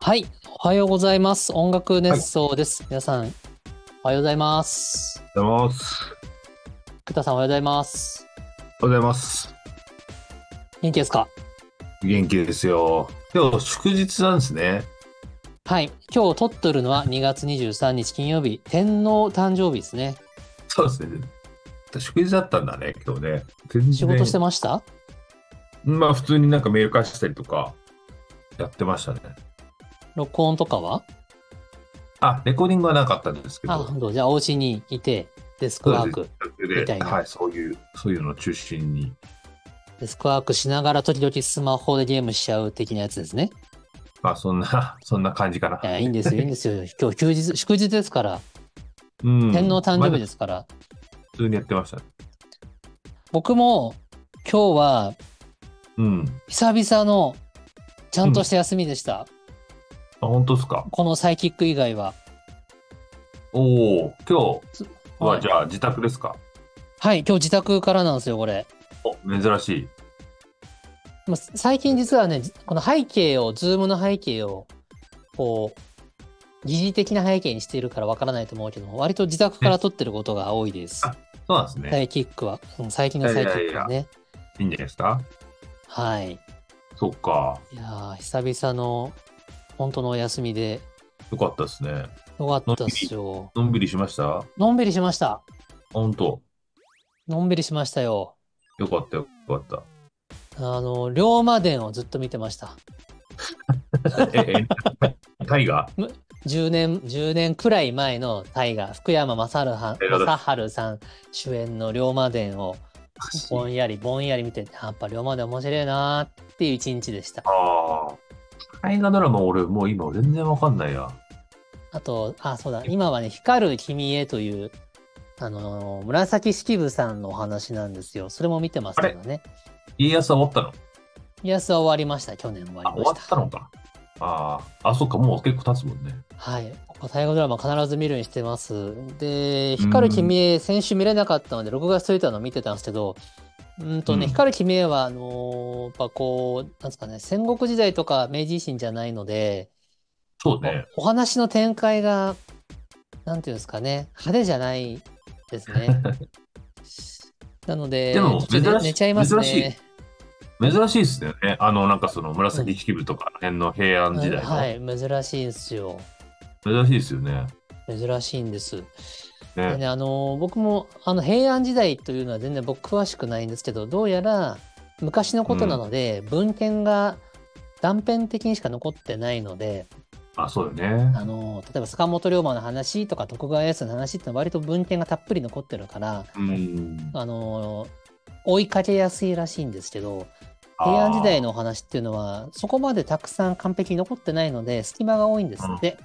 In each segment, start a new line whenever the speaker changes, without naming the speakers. はい、おはようございます。音楽熱奏です。皆さん、おはようございます。
おはようございます。
久田さん、おはようございます。
おはようございます。
元気ですか
元気ですよ。今日祝日なんですね。
はい、今日撮っとるのは2月23日金曜日、天皇誕生日ですね。
そうですね。祝日だったんだね、今日ね。全然
仕事してました
まあ普通になんかメール返したりとか、やってましたね。
録音とかは
あ、レコーディングはなかったんですけ
あ、
ど
本、当じゃあ、お家にいて、デスク
そうで
ワ
す
ーク、み
で
たいな
はい、そういう、そういうのを中心に。
デスクワークしながら時々スマホでゲームしちゃう的なやつですね。。
まあそんな、 そんな感じかない
や、いいんですよ、いいん ですよ。今日休日、祝日ですから、
うん。
天皇誕生日ですすから、
普通にやってましたね。
僕も今日は
うん。
久々のちゃんとした休みでした。
あ、本当ですか。
このサイキック以外は。
おお、今
つ
日はじゃあ自宅ですか。
はい、今日自宅からなんですよ、これ。
お、珍しい。
まあ最近実はね、じこの背景を、ズームの背景を、こう、疑似的な背景にしているからわからないと思うけども、割と自宅から撮ってることが多いです。
あそうなんですね。
サイキックは、うん最近のサイキックはね。
いいんじゃないですか。
はい。い
そっか。
やー久々の、本当のお休みで、
よかったですね。
よかったっすよ。
のんびりしました
のんびりしました。
本当。
のんびりしましたよ。
よかったよかった。
あの、龍馬伝をずっと見てました。
え、え、 タ イガー
10年、10年くらい前の大河、福山雅治は
映画だ
雅治さん主演の龍馬伝をぼんやりぼんやり見て、やっぱ龍馬伝面白いなーっていう一日でした。
ああ。大河ドラマ俺もう今全然わかんないや。
あと、あ、そうだ、今はね、光る君へという、あのー紫式部さんのお話なんですよ。それも見てますけどね。
家康は終わったの
イエスは終わりました。去年終わ
あ、
り
終
ま
わ
し。
ったたのか。ああ。あ、そっか、もう結構経つもんね。
はい。ここ大河ドラマ必ず見るようにしてます。で、光る君へ、先週見れなかったので、録画しといたのを見てたんですけど、うんとね、
うん
光る君へは、あのーやっぱこう、なんですかね、戦国時代とか明治維新じゃないので、
そうね。
おお話の展開が、なんていうんですかね、派手じゃないです ね。なので、
でも
ちょっとね
珍しい
寝ちゃいます
珍しい
ね。
珍しいですよね。あの、なんかその紫式部とかあの辺の平安時代の。
はい、珍しいんですよ。
珍しいですよね。
珍しいんです。で
ね。
ね、あの僕もあの平安時代というのは全然僕詳しくないんですけどどうやら昔のことなので、文献が断片的にしか残ってないので
あ、そうよね。
あの例えば坂本龍馬の話とか徳川家康の話ってのは割と文献がたっぷり残ってるから
うん。
あの追いかけやすいらしいんですけど平安時代のお話っていうのはそこまでたくさん完璧に残ってないので隙間が多いんですって。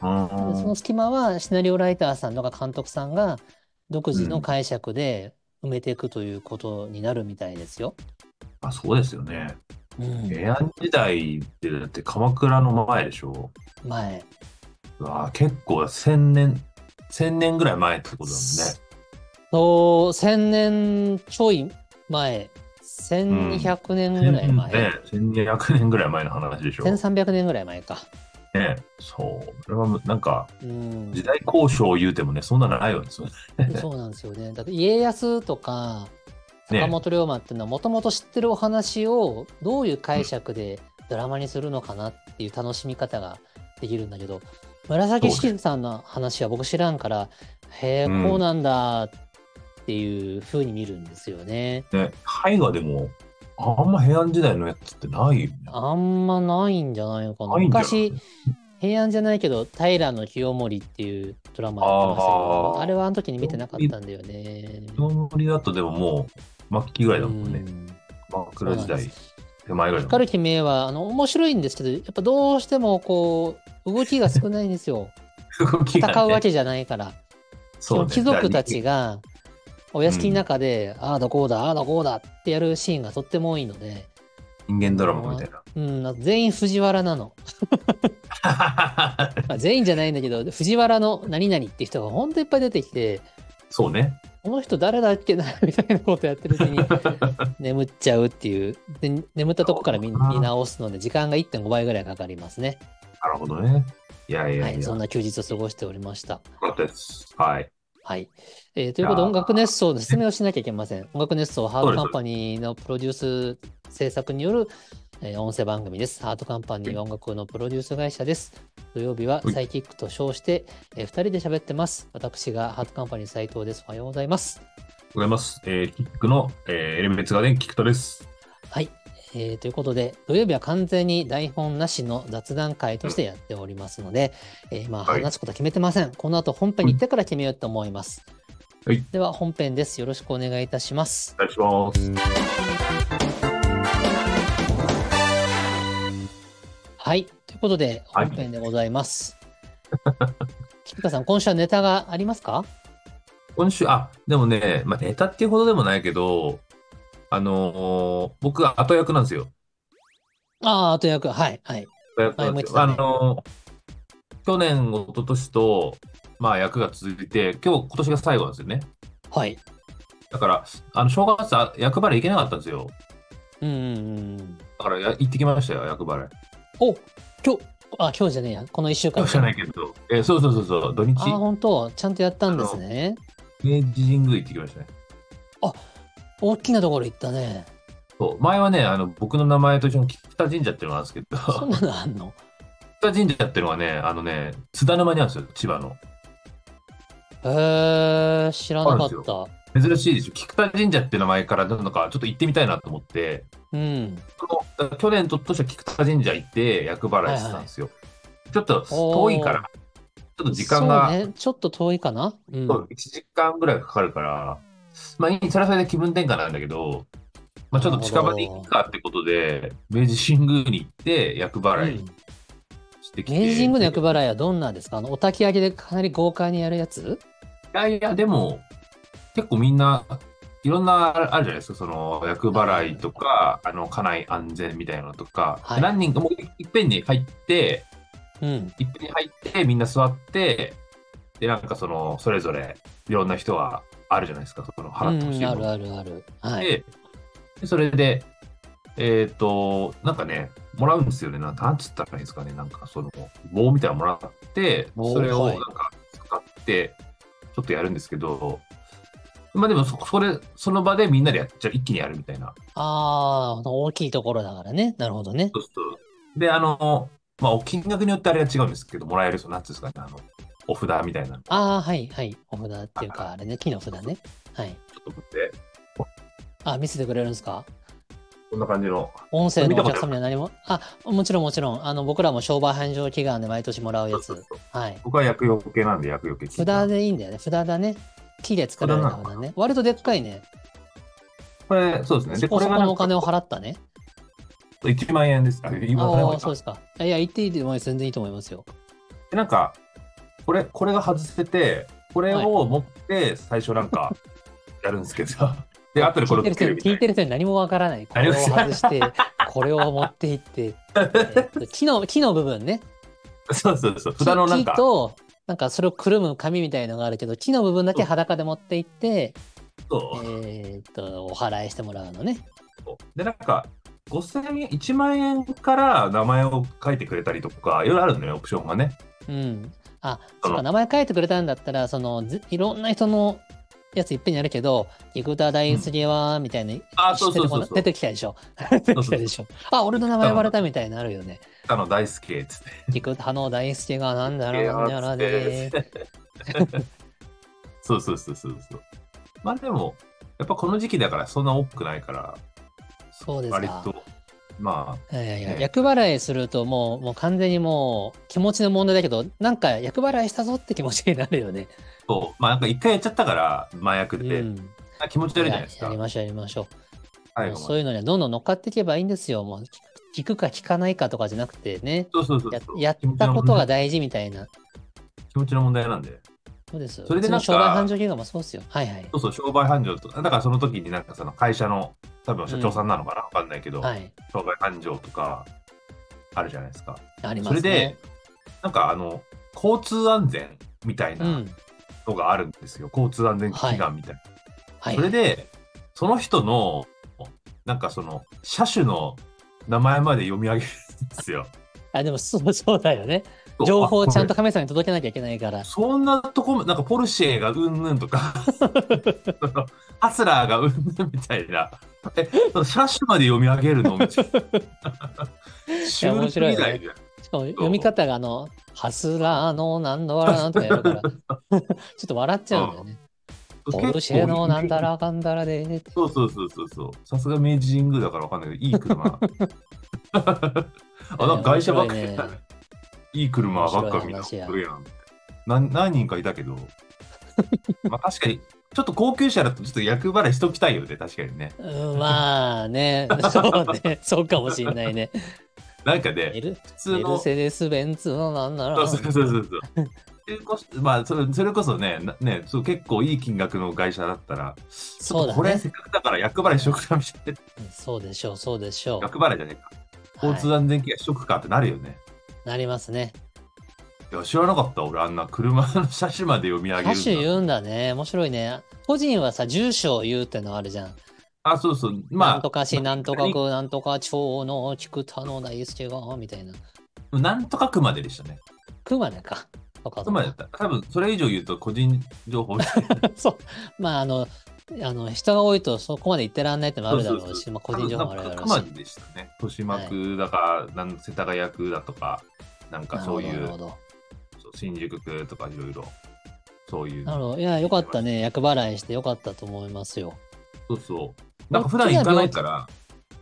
あ
でそ
ー。う
の
ん。
隙間はシナリオライターさんとか監督さんが独自の解釈で埋めていくということになるみたいですよ。
あ、そうですよね。
うん、
平安時代ってだって鎌倉の前でしょ
前。
うわー結構千年千年ぐらい前ってことだもんね
そう、1000年ちょい前、1200年ぐらい前、
ね1200年ぐらい前の話でしょね
1300年ぐらい前か。
そうこれはなんか
うん、
時代交渉を言うてもねそんなのないわけですよね
そうなんですよね。だって家康とか
ね
坂本龍馬っていうのはもともと知ってるお話をどういう解釈でドラマにするのかなっていう楽しみ方ができるんだけど紫式部さんの話は僕知らんからへえ
うん
こうなんだっていう風に見るんですよね。
ね絵画でもあんま平安時代のやつってないよね
あんまないんじゃないのかな。
ないんじゃない
昔平安じゃないけど平清盛っていうドラマやってましたけど
あー
あれはあの時に見てなかったんだよね。
清盛だとでももう末期ぐらいだもんね
うん
鎌倉時
そうなん
代手前ぐらいだもん
光る姫はあの面白いんですけどやっぱどうしてもこう動きが少ないんです よ
動きがね
戦うわけじゃないから、
そうね
貴族たちがお屋敷の中で、ああだこうだああだこうだってやるシーンがとっても多いので、
人間ドラマみた いな
うん、あと全員藤原な の、まあ、全員じゃないんだけど藤原の何々っていう人がほんといっぱい出てきて
そうね
この人誰だっけなみたいなことやってるうち に眠っちゃうっていうで眠ったとこから見見直すので時間が1.5倍ぐらいかかりますね
なるほどね。いやい
は
やい
い、
や、
そん
よ
な休日を過ごしておりました。
かったです。はい。
はい。えーということで、
いやー
音楽熱奏の説明をしなきゃいけません。 音楽熱奏はハー
そう
ト
です
カンパニーのプロデュース制作による、えー音声番組です。ハートカンパニーは音楽のプロデュース会社です。土曜日は
はい
サイキックと称して、え2人で喋ってます。私がハートカンパニー斉藤です。おはようございます。
ございます。えー、キックの、えーエレメンツガーデン、キクトです。
はい。えーということで、土曜日は完全に台本なしの雑談会としてやっておりますので、えーまあ
はい
話すことは決めてません。この後本編に行ってから決めようと思います。
はい
では本編です。よろしくお願いいたします。
お願いします。
はい。ということで、
はい
本編でございます。 菊田さん、今週はネタがありますか
今週、あ、でもね、まあ、ネタっていうほどでもないけど、あのー僕は後役なんですよ。
ああ、後役、はい、はい。
後役なんですよ。
前
あ
も言ってたね
のー去年、一昨年と、まあ、役が続いて、今日、今年が最後なんですよね。
はい。
だから、あの正月、あ役払い行けなかったんですよ。
うんうんうん。
だからや、行ってきましたよ、役払い。
お今日、あ、今日じゃねえや。この1週間。
じゃないけど、えーそうそうそうそう、土日、
ああ、本当ちゃんとやったんですね。
明治神宮行ってきましたね。
大きなところ行ったね。
そう前はね、あの僕の名前と一緒に北神社っていうのがあるんですけ
そん
ど、
なのあんの
北神社っていうのはね、あのね、津田沼にあるんですよ、千葉の。
へえ、知らなか
あるん
っ
です
た。
珍しいでしょ、菊田神社っていう名前からなんかちょっと行ってみたいなと思って、
うん。
この去年と今年は菊田神社行って、厄払いしてたんですよ。ちょっと遠いから、ちょっと時間が、
そうね。ちょっと遠いかな。うん。
そう1時間ぐらいかかるから、まあ、いいそれはそれで気分転換なんだけど、まあ、ちょっと近場で行くかってことで、明治神宮に行って、厄払
う
い
ん
してきて。
明治神宮の厄払いはどんなんですかあの、お焚き上げでかなり豪快にやるやつ
いやいや、でも、結構みんな、いろんなああるじゃないですか、その、厄払いとか、あの、家内安全みたいなのとか、
はい
何人か、もういっぺんに入って、
うん。
いっぺんに入って、みんな座って、で、なんかその、それぞれ、いろんな人はあるじゃないですか、その、払ってほしい
うん
も
うん
の
あるあるある。はい。
で、でそれで、えっ、と、なんかね、もらうんですよね、なんなんつったらいいんですかね、なんかその、棒みたいなのもらって、
おー
それを
は
ないんか使って、ちょっとやるんですけど、まあでもそ、それ、その場でみんなでやっちゃう、一気にやるみたいな。
ああ、大きいところだからね。なるほどね。
そうするとで、あの、まあ、金額によってあれは違うんですけど、もらえる、そのなんつうんですかね、あの、お札みたいなのちょ
ああ、はいはい。お札っていうか、あれね、木の札ね。はい。
っと持って、
あ、見せてくれるんですか
こんな感じの、
音声のお客様には何も。あ、もちろんもちろん。あの、僕らも商売繁盛祈願で毎年もらうや
そう
つ
そう。
はい。
僕は薬用系なんで薬用系聞いてます
札でいいんだよね。札だね。木で作られた
札な
札ね。割とでっかいね。
これ、そうですね。
そ
で、
こ
これ
そこ
がなん
の
か
お金を払ったね。
1万円です。あ、今
ああ、そうですか。いや、言っていいと思います。全然いいと思いますよ。
でなんか、これ、これが外せて、これを持って、最初なん か、やるんですけど、で、後でこれ
聞いて
を
る
つけ
人
る
に
みた
聞い
いな。
てる人に何もわからない。こ
何
れ
も
を外 して、これを持っていって、えっと木の木の部分ね。
そうそうそう。
木
札のなん
木
か、
と、なんかそれをくるむ紙みたいのがあるけど、木の部分だけ裸で持っていって、え
そう
ーっと、お祓いしてもらうのね。
で、なんか、5000円、1万円から名前を書いてくれたりとか、いろいろあるんだよね、オプションがね。
うん。あ、そ
その
っか、名前書いてくれたんだったら、その、ずいろんな人のやついっぺんにやるけど、菊田大杉は、みたいな、
あ、そうそうそう
知ってる子の出
そう。出て
てきたでしょ。 出てきたでしょ。あ、俺の名前呼ばれたみたいなのあるよね。
きたの大好き、つって。
菊田の大輔がなん だらなんだらで。
そうそうそうそうそう。まあでも、やっぱこの時期だから、そんな多くないから、
そうです
割
か。
と、まあ、
いやいや
ね
厄払いするともうもう完全にもう気持ちの問題だけどなんか厄払いしたぞって気持ちになるよね。
そう、まあなんか一回やっちゃったから、麻
う
薬で、
ん、
あ気持ち悪いじゃないです
や
か
り。ましょうやりましょう。
最
もう
後ま
そうい
で
うのにはどんどん乗っかっていけばいいんですよ。もう聞くか聞かないかとかじゃなくてね
そうそうそう
や
そう。
やっ
気持ち
た
の
こと
問
が
題
大事みたいな。
気持ちの問題なんで。
そうですよ。
それでなんか
普通の商売繁盛企業もそうですよ。はいはい。
そうそう、商売繁盛とか、だからその時になんかその会社の、多分社長さんなのかな、わかんないけど、
はい。
商売繁盛とか、あるじゃないですか。
ありま
そ
す
れ
ね。。
で、なんかあの、交通安全みたいうなんのがあるんですよ。交通安全祈願みたいな。
はい。
それで、その人の、なんかその、車種の名前まで読み上げるんですよ。
あ、でもそうそうだよね。
そう
情報をちゃんと
あ
カメさんに届けなきゃいけないから
これ。そんなとこも、なんかポルシェがうんぬん とか、そのハスラーがうんぬんみたいな。え、その車種まで読み上げるのみたいな。シュールすぎないじゃん
しかも読み方があの、ハスラーのなんだわらなんとかやる から、ちょっと笑っちゃうんだよね。ポルシェのなんだらかんだらで、
そうそうそうそうそう。さすが明治神宮だからわかんないけど、いい車。あ、なんか外車ばっかりだ
面白い
ね。いい車ばっかりみんな
面
す
白い話や
げえな。な何人かいたけど、 まあ確かに、ちょっと高級車だとちょっと役払いしときたいよね、確かにね。
うん、まあね、 そうね、そうかもしんないね。
なんかね
メ、ル
普通
メル
の。
セデス・ベンツのなんだら
そうそうそうそうそう。中古車まあ、それそれこそねなねそう、結構いい金額の会社だったら、ちょ
そう
っと
だ
これ
ね。
せっかくだから役払いしとくかみたいな。
そうでしょう、そうでしょう。
役払いじゃねえか。交通
は
安全ケアしとくかってなるよね。
い、なりますね。
いや、知らなかった、俺、あんな車の車種まで読み上げ
歌手
るんだ。
言うんだね。面白いね。個人はさ、住所を言うってのあるじゃん。
あ、そうそう、
な
ま
んとか市、なんとか区、なんとか町の菊田の大輔が、みたいな。
あ、なんとか区まででしたね。
熊根か。とか
区までだった。多分それ以上言うと、個人情報
そう。まあ、あの、あの人が多いとそこまで行ってらんないってのもあるだろ
そううそう
し、
そ
まあ、個人情報もあるだろ
多
う
分なんか
し
区ま。ででしたね。豊島区だか、なん世田谷区だとか、なんかそうい
なる
う
ほ、ど。
そう新宿区とかいろいろ、そういう。
なるほど。いや、よかったね。厄払いしてよかったと思いますよ。
そうそう。なんか普段行かないから、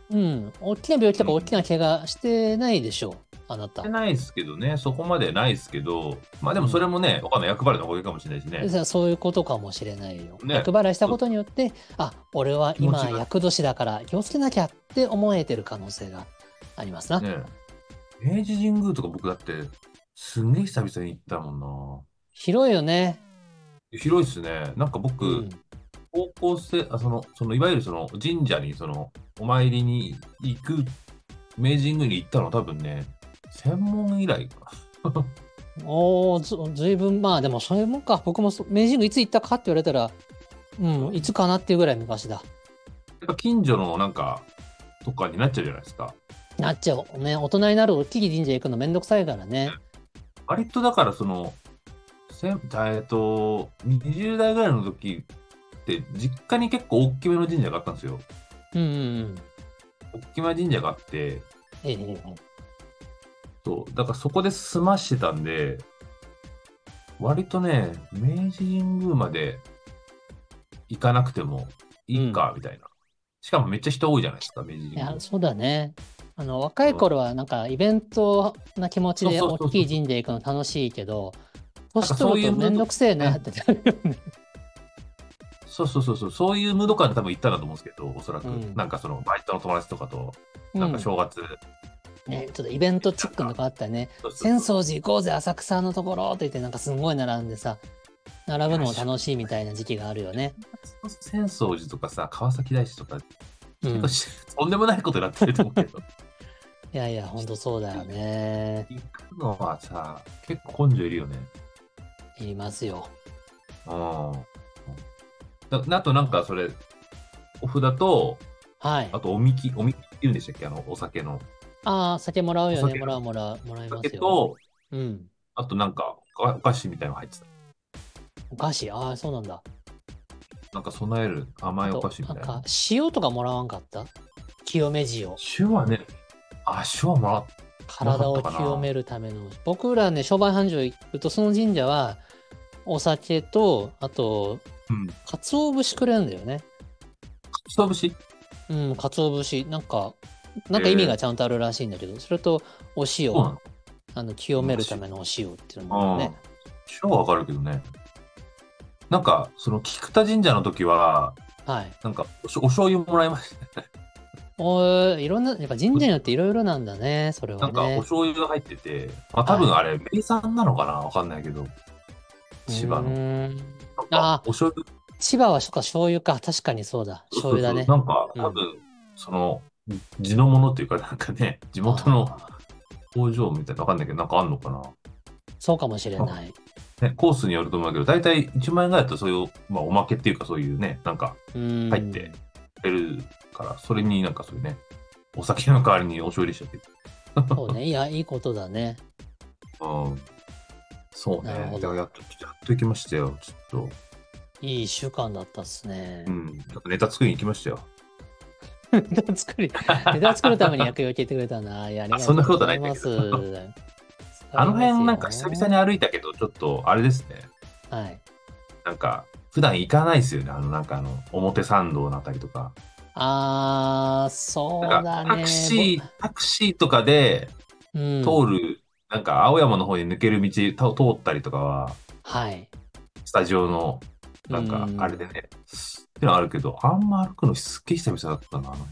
うん。大きな病気とか
うん
大きな怪我してないでしょう。あなた
して。ないですけどね、そこまでないですけど、まあでもそれもね、他の役割のおかげかもしれないしね
で。さそういうことかもしれないよ。
ね
厄払いしたことによって、あ俺は
気
今、
持ちが
厄年だから気をつけなきゃって思えてる可能性がありますな。
ねえ、明治神宮とか僕だってすんげえ久々に行ったも
広いよね。
んな広いっすねなんか僕、
うん。
高校生あそのそのいわゆるその神社にそのお参りに行く明治神宮に行ったの多分ね専門以来か
おおずずいぶんまあでもそういうもんか僕もそ明治神宮いつ行ったかって言われたらうんいつかなっていうぐらい昔だ
やっぱ近所のなんかとかになっちゃうじゃないですか
なっちゃうね大人になる大きい神社行くのめんどくさいからね
割とだからそのせんえっと20代ぐらいの時って実家に結構大きめの神社があったんですよ
うんうんうん
大きめの神社があって
ええええ
そう、だからそこで済ましてたんで、割とね、明治神宮まで行かなくてもいいか、みたいな。しかもめっちゃ人多いじゃないですか、明治神
い
宮
や。そうだねあの若い頃はなんかイベントな気持ちで
そうそうそうそう
大きい神社行くの楽しいけど
ん
年
かそ
取
う
る
いう
と
ムード
めんどくせえなってなるよね
そうそうそうそう、そういうムード感で多分行ったんだと思うんですけど、おそらく。
うん
なんかそのバイトの友達とかと、
う
なんか
ん
正月、
ねちょっとイベントチックのがあったね
そうそう
浅草寺行こうぜ浅草のところって言ってなんかすごい並んでさ並ぶのも楽しいみたいな時期があるよね。
浅草寺とかさ、川崎大師とか、
うん、い
結構しとんでもないことになってると思うけ ど、
やいやほんとそうだよね。
行くのはさ、結構根性いるよね。
いりますよ。
うん。なあとなんかそれ、お札と、
はい
あ。とおみき、おみきって言うんでしたっけあの、お酒の。
ああ酒もらうよ
お
ね
酒
もらうもらうもらい
お
ま
酒
すよ。
と、
うん。
あとなんかおお菓子みたいなの入ってた。
お菓子ああそうなんだ。
なんか備える甘いお
と
菓子みた
ないん
な。
か塩とかもらわんかった清め塩。
手話ね、あ、手話もらっ
体を
なかったかな
清めるための僕らね商売繁盛行くとその神社はお酒とあと
うん。
鰹節くれるんだよね。
鰹節
うん、鰹節、なんか、なんか意味がちゃんとあるらしいんだけど、それとお塩、
そうなの
あの清めるためのお塩っていうのもあるね。
手話わかるけどね。なんか、その菊田神社の時は、
はい。
なんかおしお醤油もらいました。
おーいろんな、やっぱ神社によっていろいろなんだね、それ
な
は
んかお
ね。
醤油が入ってて、まあ多分あれ、名産なのかなわかんないけど、千葉の
う。ーん
なん
あ
かお醤油
千葉はそっか醤油か、確かにそうだ。醤油だね。
そうそうそう
うん
なんか、多分、その、地のものっていうか、なんかね、地元の
あー
工場みたいな、わかんないけど、なんかあんのかな。
そうかもしれない。
ね、コースによると思うけど、大体1万円ぐらいだと、そういう、まあ、おまけっていうか、そういうね、なんか
入
入って。出るから、それになんかそういうね、お酒の代わりにお醤油でしたけど、
そうね。いや、いいことだね。
うん。そうね。
なるほど
だからやっと、やっと行きましたよ、ちょっと。
いい一週間だったっすね
う。ん。ちょっとネタ作りに行きましたよ。
ネタ作 り、ネタ作るために役割を聞いてくれたな。いや、ありがと
そんな
う
こ
ござ
とない
い
んだ
ま
け
す。
ど あの辺なんか久々に歩いたけど、ちょっとあれですね。
はい。
なんか、普段行かないですよね。あの、なんかあの、表参道のあたりとか。
あー、そう
なん
だね。
か、タクシー、タクシーとかで
ぼうん、
通る、なんか青山の方に抜ける道た通ったりとかは、
はい。
スタジオの、なんか
う、ん
あれでね、ってのはあるけど、あんま歩くのすっげえ久々だったな、あの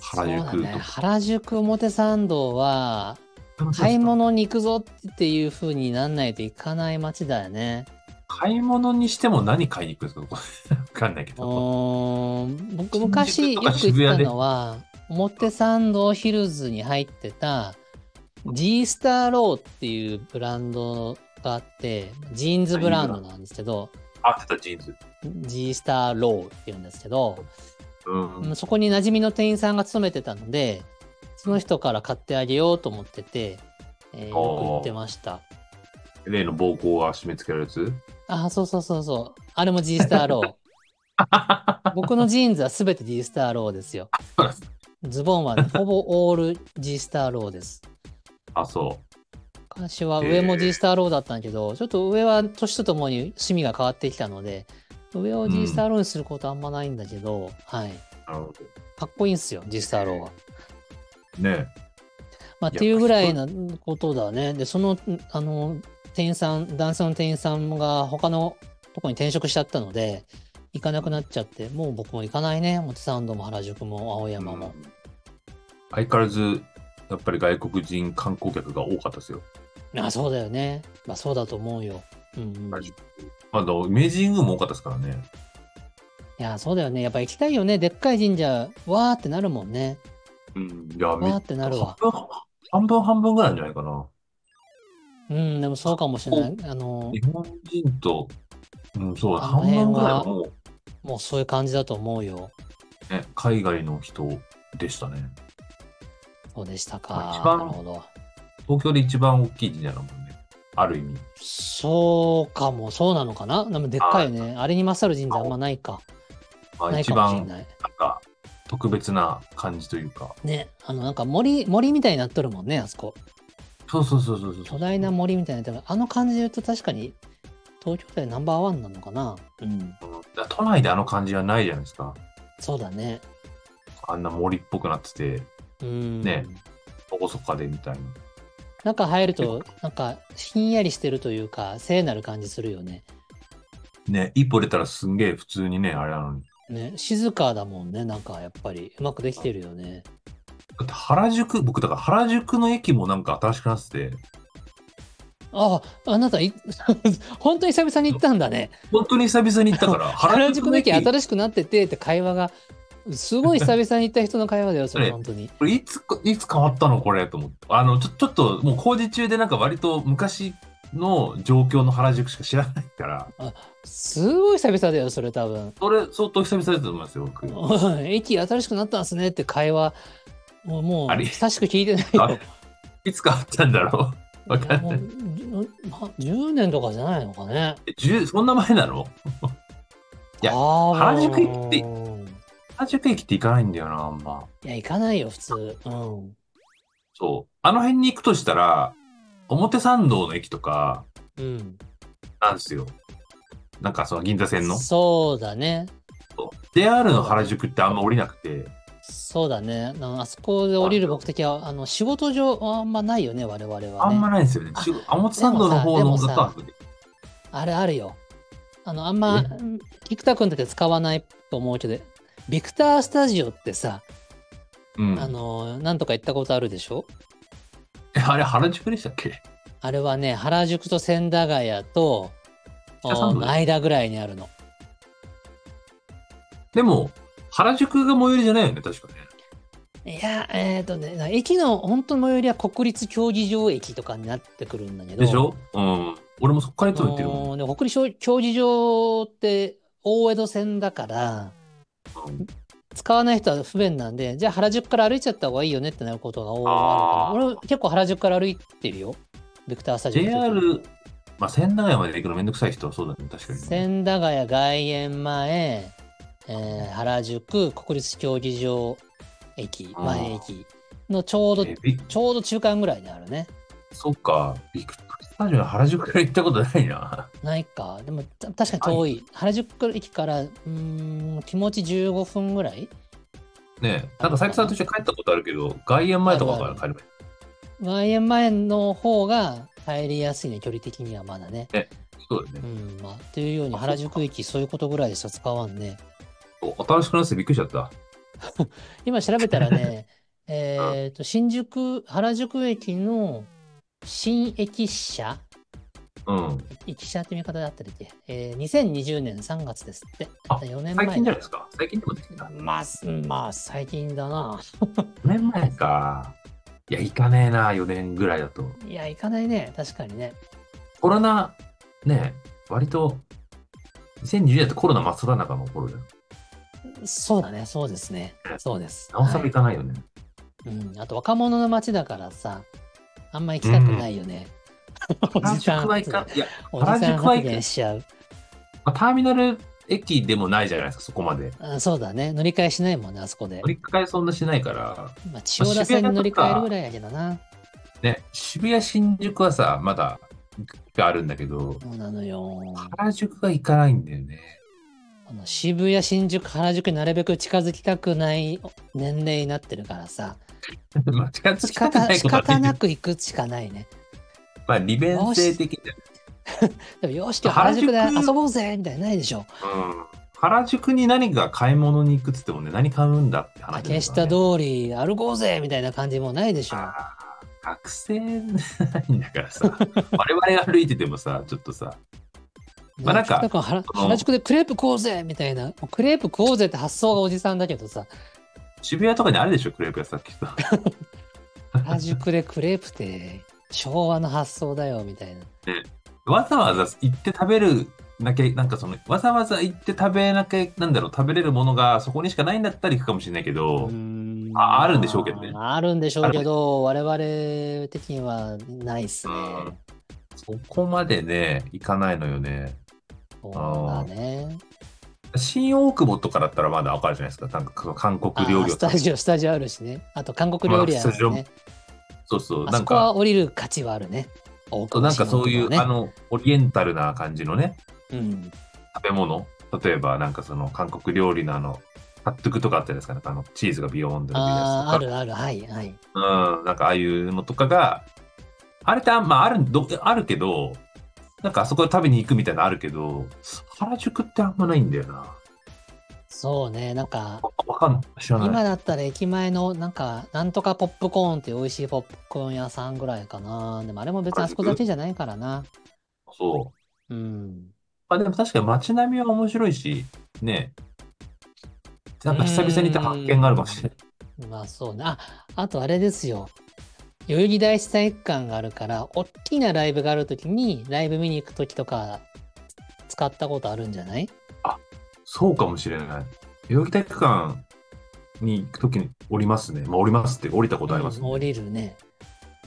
原宿
そう
と
だね。
か。
原宿表参道は、買い物に行くぞっていう風になんないといかない街だよね。
買い物にしても何買いに行くんですか わかんないけ
う
ど。
ーん僕
新宿とか
昔よく行
渋
っ
谷
た
で
のは表参道ヒルズに入ってた G スターローっていうブランドがあってジーンズブランドなんですけど
あ、出た、ジーンズ。
G スターローっていうんですけど
うん。
そこに馴染みの店員さんが勤めてたのでその人から買ってあげようと思ってて、えーよく行ってました
例の暴行は締め付けられるやつ
あそうそうそうそうあれも G スターロ ー僕のジーンズは全て G スターローですよ
そうなんです
ズボンはね、 ほぼオール G スターローです。
あ、そ
昔は上も G スターローだったんだけど、ちょっと上は年とともに趣味が変わってきたので、上を G スターローにすることあんまないんだけど、はい。
う。なるほ
かっこいいんすよ、G スターローは。
ど。ね
まあ、っ
いや
ていうぐらいなことだね。で、その、あの、店員さん、男性の店員さんが他のとこに転職しちゃったので、行かなくなっちゃって、もう僕も行かないね。表参道も原宿も青山も。
うん相変わらず、やっぱり外国人観光客が多かったですよ。
あ、そうだよね。まあ、そうだと思うよ。うん、うん。
原宿まあ、どう明治神宮も多かったですからね。
いや、そうだよね。やっぱ行きたいよね。でっかい神社、わーってなるもんね。
うん。いや、
わーってなるわ。
半分、半分半分ぐらいなんじゃないかな。
うん、でもそうかもしれない。あの
日、本人と、うん、そう、
あの
半
辺は
分ぐらいはもう、
もうそういう感じだと思うよ。
ね、海外の人でしたね。
そうでした
まあ
か。
一番
なるほど。
東京で一番大きい神社だもんね。ある意味。
そうかも、そうなのかなでもでっかいよね。あれに勝る神社あんまないか。
まあ、
ない
一
かもしれ
番、
ない。
なんか、特別な感じというか。
ね、あの、なんか森、森みたいになっとるもんね、あそこ。
そうそうそうそうそう。
巨大な森みたいになってる。あの感じで言うと確かに、東京でナンバーワンなのかな。うん。
うん。だから都内であの感じはないじゃないですか。
そうだね。
あんな森っぽくなってて、
うん。
ね厳かでみたいな。
中入ると、なんか、ひんやりしてるというか、聖なる感じするよね。
ね、一歩出たらすんげえ普通にね、あれなのに。
ね、静かだもんね、なんか、やっぱり、うまくできてるよね。
だって原宿、僕、だから原宿の駅もなんか新しくなってて、
あ、あなた、い 本当に久々に行ったんだね。
本当に久々に行った から、
原宿の駅新しくなっててって会話が、すごい久々に行った人の会話だよ、それ、
ね
本当に。
これいつか、いつ変わったのこれと思って。あの、ちょ、ちょっと、もう工事中でなんか割と昔の状況の原宿しか知らないから、
すごい久々だよ、それ多分。
それ相当久々だと思いますよ、僕。
駅新しくなったんすねって会話、もう、もう
あり
久しく聞いてないよ。
いつ変わったんだろうわかんない
や。もうじゅま10年とかじゃないのかね。
えじゅそんな前なのいや
あー
原宿行って
うん
原宿駅って行かないんだよな、あんま。
いや、行かないよ、普通。うん。
そう。あの辺に行くとしたら、表参道の駅とか、
うん。
なんですよ。なんかその銀座線の。
そうだね。
JR の原宿ってあんま降りなくて、
そうだね。ああそこで降りる目的は、あの、仕事上はあんまないよね、我々は、ね。
あんまないんですよね。
あ
ちゅ表参道の方
で
の
もさ
方が多分
あれあるよ。あの、あんま、
え
うん菊田君だけ使わないと思うけど、ビクタースタジオってさ、
うん。
あの、なんとか行ったことあるでしょ
えあれ原宿でしたっけ
あれはね、原宿と千駄ヶ谷と、
北参道
おの間ぐらいにあるの。
でも、原宿が最寄りじゃないよね、確かね。
いや、えっ、とね、な駅の本当の最寄りは国立競技場駅とかになってくるんだけど。
でしょうん。俺もそっから
あ
いつも行ってるもん。
のでも国立競技場って大江戸線だから、
うん
使わない人は不便なんで、じゃあ原宿から歩いちゃった方がいいよねってなることが多い
あー
から。俺結構原宿から歩いてるよ。ビクタースタジオの時。
JR、まあ、千駄ヶ谷まで行くのめんどくさい人はそうだね、確かにね、
千駄ヶ谷外苑前、えー原宿国立競技場駅
あー
前駅のちょうど
えび
ちょうど中間ぐらいにあるね
そっか、ビクタースタジオの原宿から行ったことないな。
ないかでもた確かに遠い、原宿駅からうーん気持ち15分ぐらい
ねえなんか斉藤さんと一緒に帰ったことあるけど、外苑前とかから帰る
外苑前の方が入りやすいね距離的にはまだね
そうだよ
う
ね。
んまあというように
あそっか
原宿駅そういうことぐらいでしか使わんね
お新しくなってびっくりしちゃった。
今調べたら ね、えっと、新宿、原宿駅の新駅舎、
うん。
駅舎って見方であったりっけ、えー、2020年3月ですって、
あ
4年前
最近じゃないですか。最近でもできた。
まあ、すまあ、最近だな。
4年前か。いや、行かねえな、4年ぐらいだと。
いや、行かないね、確かにね。
コロナ、ねえ、割と、2020年ってコロナ真っ只中の頃だよ。
そうだね、そうですね。そうです。
なおさら
はい
行かないよね。
うん、あと、若者の街だからさ、あんま行きたくないよね。 お
原
じ
宿
さん
は
発
行か
言、
いや、
おじさん
原宿は行
発
く
言しちゃう。
まあターミナル駅でもないじゃないですか、そこまで。
あそうだね、乗り換えしないもんね、あそこで
乗。り換えそんなしないから、
まあ、千代田線に乗り換えるぐらいやけどな。
ね、渋谷、新宿はさ、まだ、があるんだけど、
そうなのよ。
原宿が行かないんだよね。
あの渋谷、新宿、原宿になるべく近づきたくない年齢になってるからさ、
まあ、近づ
仕
きたくな
方
い
仕
ことは
方
ね
なく行くしかないね。
まあ、利便性的に
でもよし、今日原宿で
原宿
遊ぼうぜみたいなのないでしょ。
うん原宿に何か買い物に行くっつってもね、何買うんだって話だからね
竹下通り歩こうぜみたいな感じもないでしょ。
あー学生ないんだからさ、 我々歩いててもさ、ちょっとさ、まあなんか
だから原
あの
原宿でクレープ食おうぜみたいな、もうクレープ食おうぜって発想がおじさんだけどさ、
渋谷とかにあるでしょ、クレープ屋さんきっと。
原宿でクレープって昭和の発想だよみたいな。
わざわざ行って食べるなきゃ、なんかその、わざわざ行って食べなきゃ、なんだろう、食べれるものがそこにしかないんだったら行くかもしれないけど、ああるんでしょうけどね
あるんでしょうけど、我々的にはないっすね。
うんそこまでね、行かないのよね。
そうだね。
新大久保とかだったらまだわかるじゃないですか、なんかその韓
あ
国料
ー
理を
スタジオ、スタジオあるしね。あと、韓国料理屋、
まあスタジオ
ね。
そうそう、
あ
な
そ
ん
こ
か
は、降りる価値はあるね。大久保
なんかそういう、
新大
あ
久
の、オリエンタルな感じのね、
保ねうん
食べ物。例えば、なんかその、韓国料理のあの、パットゥクとかあったじゃないですか、なんかあの、チーズがビヨーンって伸びる
あーあ
や
るある、はい、はい。
つとか、うん、なんかああいうのとかが、あれってあん、まあ、ある、ど、あるけど、なんかあそこで食べに行くみたいなのあるけど、原宿ってあんまないんだよな。
そうね、なんか、
わわかんない。知ら
今
ない。
だったら駅前の、なんか、なんとかポップコーンっていう美味しいポップコーン屋さんぐらいかな。でも、あれも別にあそこだけじゃないからな。
そう。
うん。
まあでも確かに街並みは面白いし、ねえ。なんか久々に行った発見があるかもしれない。
まあそうね。あ、あとあれですよ。代々木第一体育館があるから、大きなライブがあるときに、ライブ見に行くときとか、使ったことあるんじゃない
そうかもしれない。代々木体育館に行くときに降りますね。まあ降りますって降りたことあります
うん
ね。
降りるね。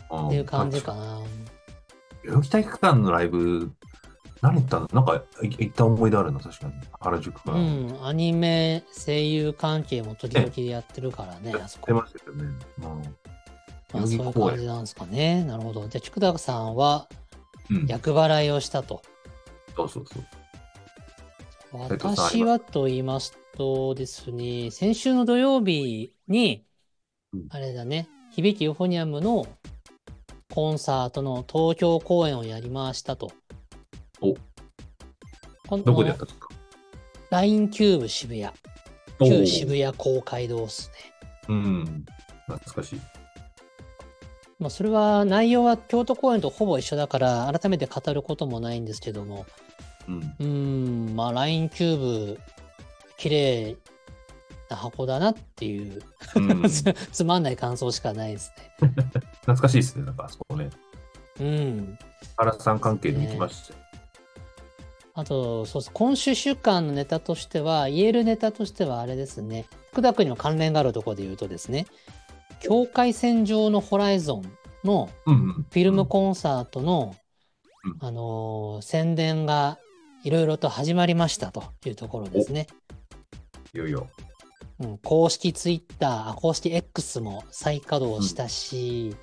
ん
っていう感じか。な。
代々木体育館のライブ、何行ったのなんかい行った思い出あるの確かに。原宿か
う
ら。
ん。アニメ、声優関係も時々やってるからね、
や
あそ
って
こ。
ましたよね。うん
まあ、そ
代
うい
々
う
木公
感じ
園。
なんですかね。なるほど。じゃあ、菊田さんは、
うん。
厄払いをしたと。
そうそうそう。斉藤さんあり
私
ま
はと言いますとですね、先週の土曜日に
うん、
あれだね、響きユーフォニアムのコンサートの東京公演をやりましたと。
お
この
どこでやったんですか
?LINE キューブ渋谷。旧渋谷公会堂っすね。
おーうん。懐かしい。
まあ、それは内容は京都公演とほぼ一緒だから、改めて語ることもないんですけども、
うん。
うーん、まあ、ラインキューブ、綺麗な箱だなっていう、
うん、懐
つつまんない感想しかないです
かしいですね。なんかあそこね。
ね。うん。
原さん関係で行きましたよ。
あと、そうそう、今週1週間のネタとしては、言えるネタとしてはあれですね。福田区にも関連があるところで言うとですね、境界線上のホライゾンの
うんうん。
フィルムコンサートの、
う
あのー宣伝がいろいろと始まりましたというところですね。
いよいよ。
うん、公式ツイッター、あ公式 X も再稼働したし、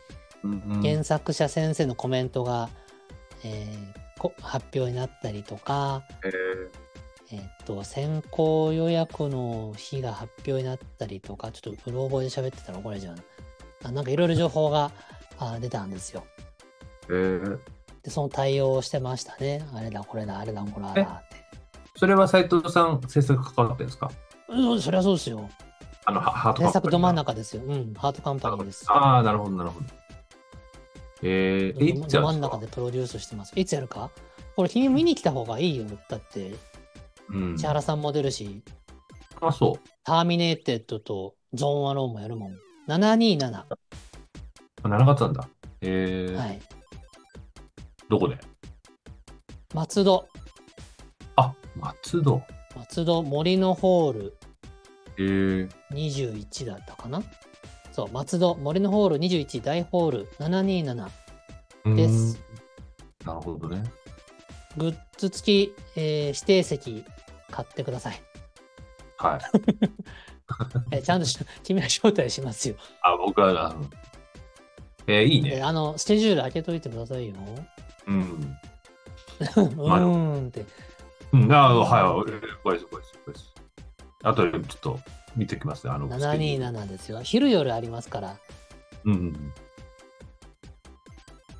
うんうん
原作者先生のコメントが、えーこ発表になったりとか、
えー
えーっと、先行予約の日が発表になったりとか、ちょっとうろ覚えで喋ってたら怒られちゃうな。あなんかいろいろ情報があ出たんですよ。
えー
で、その対応をしてましたね。あれだ、これだ、あれだ、これだって。
それは斉藤さん制作関わってるんですか
うん、そりゃそうですよ。
あの、ハハートカンパニー
原作ど真ん中ですよ。うん、ハートカンパニーです。
ああ、なるほど、なるほど。えー、え、い
ど
つや
ど
る
真ん
んです
中
か
でプロデュースしてます。いつやるかこれ、君見に来た方がいいよ。だって、
うん
千。原さんも出るし、
あ、そ
ターミネーテッドとゾーンアローンもやるもん。727。は
う。7月なんだ。えー、
い。
どこで
松戸。
あ、松戸。
松戸森のホール
えー、
21だったかなそう、松戸森のホール21大ホール727。
うーん
です。
なるほどね。
グッズ付き、えー指定席買ってください。
はい。
えーちゃんとし 君は招待しますよ。
あ、僕は、あの、えー、いい
え
ね
ー。あの、スケジュール開けといてくださ いよ。
うん。
うーんって。
うん、あ、はい、えー怖いです、怖いです、怖いです。あとでちょっと見てきますね、あの、スケジュール。
727ですよ。昼夜ありますから。
うんうんうん。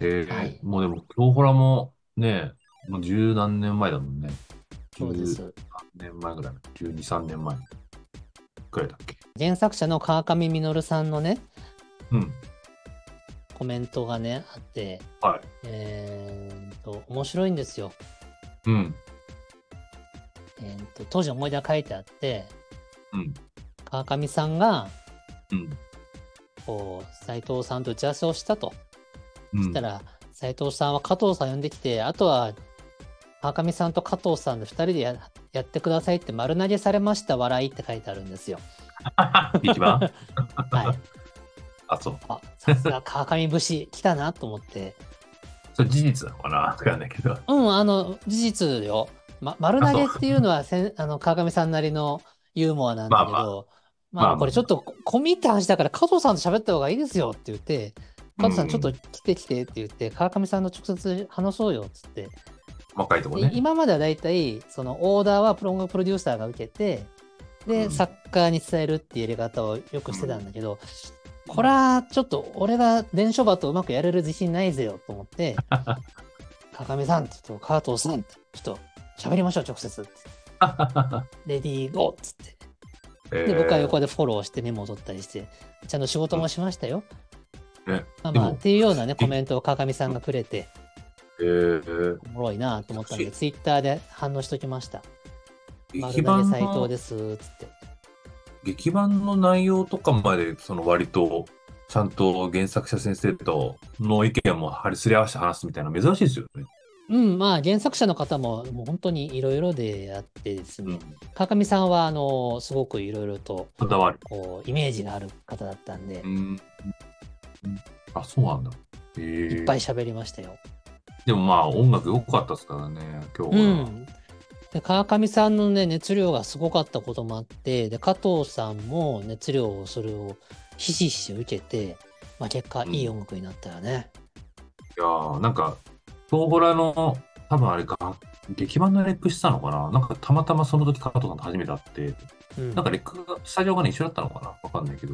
えー
はい
もうでも、京ホラもね、もう十何年前だもんね。
そうです。
何年前ぐらい ?12、3年前ぐらいだっけ
原作者の川上実さんのね、
うん。
コメントがね、あって、
はい。
えーっと、面白いんですよ。
うん。
えーっと、当時の思い出が書いてあって、
うん。
川上さんが、
うん。
こう、斎藤さんと打ち合わせをしたと。
うん
そしたら、斎藤さんは加藤さん呼んできて、あとは、川上さんと加藤さんの2人でややってくださいって丸投げされました笑いって書いてあるんです よ。
一番
はい。
あ、そう。
あ、さすが川上節来たなと思って。
それ事実なのかなわかんないけ ど。
うん、あの、事実よ。ま、丸投げっていうのはせんあの川上さんなりのユーモアなんだけど、
ま
ま
あ
あ、
まあまあ
これちょっとこ込み入った話だから加藤さんと喋った方がいいですよって言って、加藤さんちょっと
う
来て来てって言って、川上さんの直接話そうよっつって、
細かいとこ
で
ね。
今まではだいたいそのオーダーはプロ音楽プロデューサーが受けてで、
うん
サッカーに伝えるっていうやり方をよくしてたんだけど、これはちょっと俺が伝書バとうまくやれる自信ないぜよと思って 高見さんちょっと加藤さんちょっと喋りましょう直 接レディーゴーっつって
え
で
ー
僕は横でフォローしてメモを取ったりしてちゃんと仕事もしましたよ、
ね
まあ
で
まあ
も
っていうようなねコメントを川上さんがくれて
えー
おもろいなと思ったんでツイッターで反応しときました丸
劇
投げ
版
斎藤
の
ですつって。
劇版の内容とかまで、その割と、ちゃんと原作者先生との意見も張りすり合わせて話すみたいな珍しいですよね。
うん、まあ原作者の方ももう本当にいろいろであってですね、川上さんはあのすごくいろいろと
こだわる。
こうイメージがある方だったんで
う、ん。あ、そうなんだ。えー
いっぱい喋りましたよ。
でもまあ音楽良かったですからね、今日
う
は。
ん。で川上さんのね熱量がすごかったこともあって、で加藤さんも熱量をそれをひしひし受けて、まあ結果
うん
いい音楽になったよね。
いやーなんか、東ホラの、多分あれか、劇版のレックしたのかななんかたまたまその時加藤さんと初めて会って、
うん。
なんかレックが、スタジオがね、一緒だったのかなわかんないけど。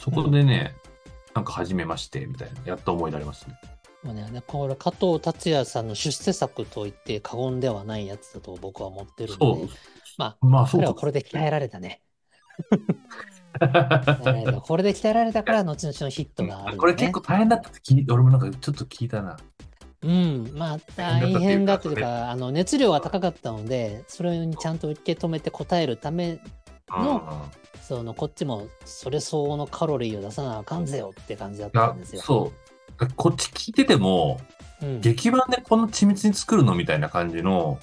そこでね、なんか初めまして、みたいな、やっと思い出ありますね。
もうね、これ加藤達也さんの出世作と言って過言ではないやつだと僕は思ってるんで、
そう。
ま
あ、まあそう
彼
か
はこれで鍛えられたね。
あ
なるほどこれで鍛えられたから後々のヒットがある、ね。
これ結構大変だったって聞い俺もなんかちょっと聞いたな。
うん、まあ大変だというか、あの熱量が高かったので、それにちゃんと受け止めて答えるため、のそのこっちもそれ相応のカロリーを出さなあかんぜよって感じだっ
うん、
た
いや
んですよ。
そう。こっち聞いてても、
うん
劇版でこんな緻密に作るのみたいな感じの、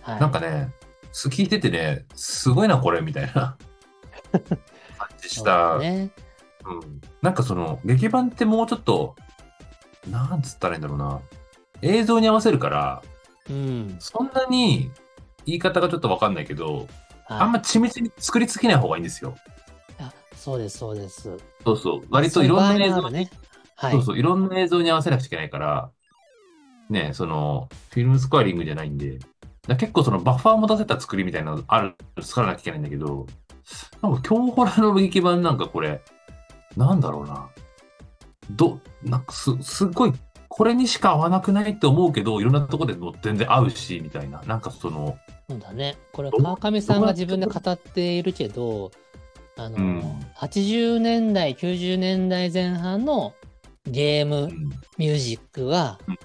はい
なんかね、す聞いててね、すごいな、これ、みたいな。感じし
そ
た
う。ですね。
うん、なんかその劇版ってもうちょっとなんつったらいいんだろうな映像に合わせるから
うん。
そんなに言い方がちょっとわかんないけどあん
は
ま
い
緻密に作りすぎない方がいいんですよ。
あそうです、そうです。
そうそう割といろんな
そうい
映
う場合も
像
あるね。はい。
そうそういろんな映像に合わせなくちゃいけないからねそのフィルムスコアリングじゃないんでだから結構そのバッファーも出せた作りみたいなのある作らなきゃいけないんだけどなんか京ホラの劇版なんかこれなんだろうなどなんかすすっごいこれにしか合わなくないって思うけどいろんなとこでもう全然合うしみたいななんかその
そうだね。これは川上さんが自分で語っているけど、あの、
うん
80年代、90年代前半のゲーム
うん
ミュージックは、
うん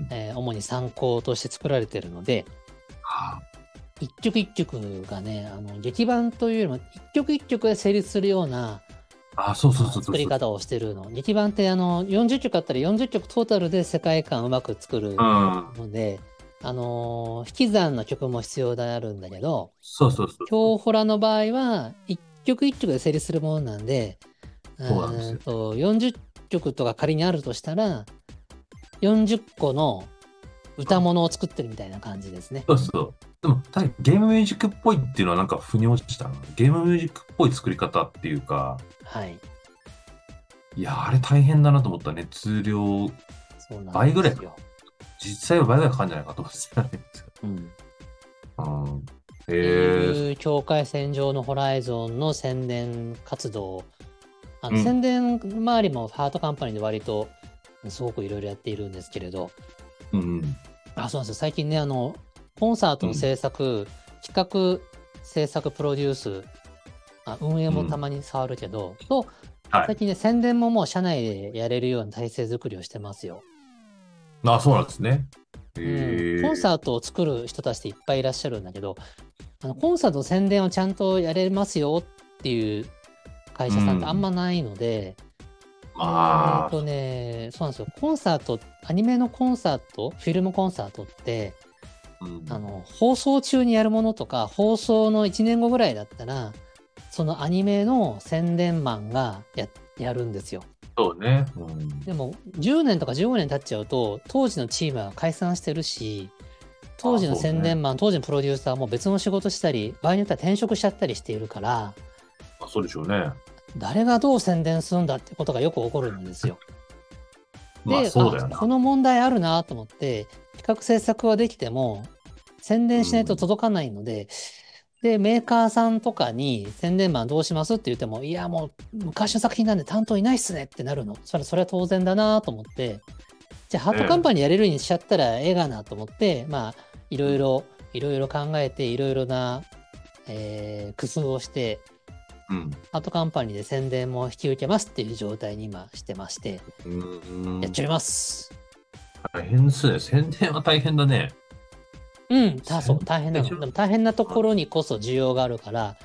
うん
えー主に参考として作られてるので、
はあ
一曲一曲がね、あの劇版というよりも、一曲一曲で成立するような
あそうそうそうそう
作り方をしてるの。劇版ってあの40曲あったら40曲トータルで世界観をうまく作る
うん
ので、あのー引き算の曲も必要であるんだけど、
そうそうそう
京ホラの場合は一曲一曲で成立するものなんで
そうなんですよ
ーと40曲とか仮にあるとしたら40個の歌物を作ってるみたいな感じですね。
そうそう。でも、確かにゲームミュージックっぽいっていうのはなんか腑に落ちたな。ゲームミュージックっぽい作り方っていうか、
はい。
いや、あれ大変だなと思ったね。熱量、
そうなんですよ
倍ぐらいか実際は倍ぐらいかかるんじゃないかと思って
うん。
た。うん。
え
えー、
いう境界線上のホライゾンの宣伝活動あの、
うん
宣伝周りもハートカンパニーで割とすごくいろいろやっているんですけれど
うん。
あそうなんですよ最近ねあのコンサートの制作、企画制作プロデュースあ運営もたまに触るけど、と
はい
最近ね宣伝ももう社内でやれるような体制作りをしてますよ、
あ、そうなんですね。え
うん
ー、
コンサートを作る人たちっていっぱいいらっしゃるんだけどあのコンサートの宣伝をちゃんとやれますよっていう会社さんってあんまないので、え
ま
っ
あ、
とねそうなんですよコンサートアニメのコンサートフィルムコンサートって
うん
あの放送中にやるものとか放送の1年後ぐらいだったらそのアニメの宣伝マンがややるんですよ
そうね。うん
でも10年とか15年経っちゃうと当時のチームは解散してるし当時の
あそうね
宣伝マン、当時のプロデューサーも別の仕事したり場合によっては転職しちゃったりしているから
まあそうでしょうね。
誰がどう宣伝するんだってことがよく起こるんですよ。
まあ、
で、
そうだよ
あ
な
こ。の問題あるなと思って、企画制作はできても、宣伝しないと届かないので、で、メーカーさんとかに宣伝マンどうしますって言っても、いや、もう昔の作品なんで担当いないっすねってなるの。それそれは当然だなと思って、じゃあ、ハートカンパニーやれるようにしちゃったらええがなと思って、まあ、いろいろ、いろいろ考えて、いろいろな、えー工夫をして、
うん。
ハートカンパニーで宣伝も引き受けますっていう状態に今してまして、
うん
やっちゃいます。
大変ですね。宣伝は大変だね。
うん、たそう、
宣
大変なの。
でし
で
ょ
も大変なところにこそ需要があるから、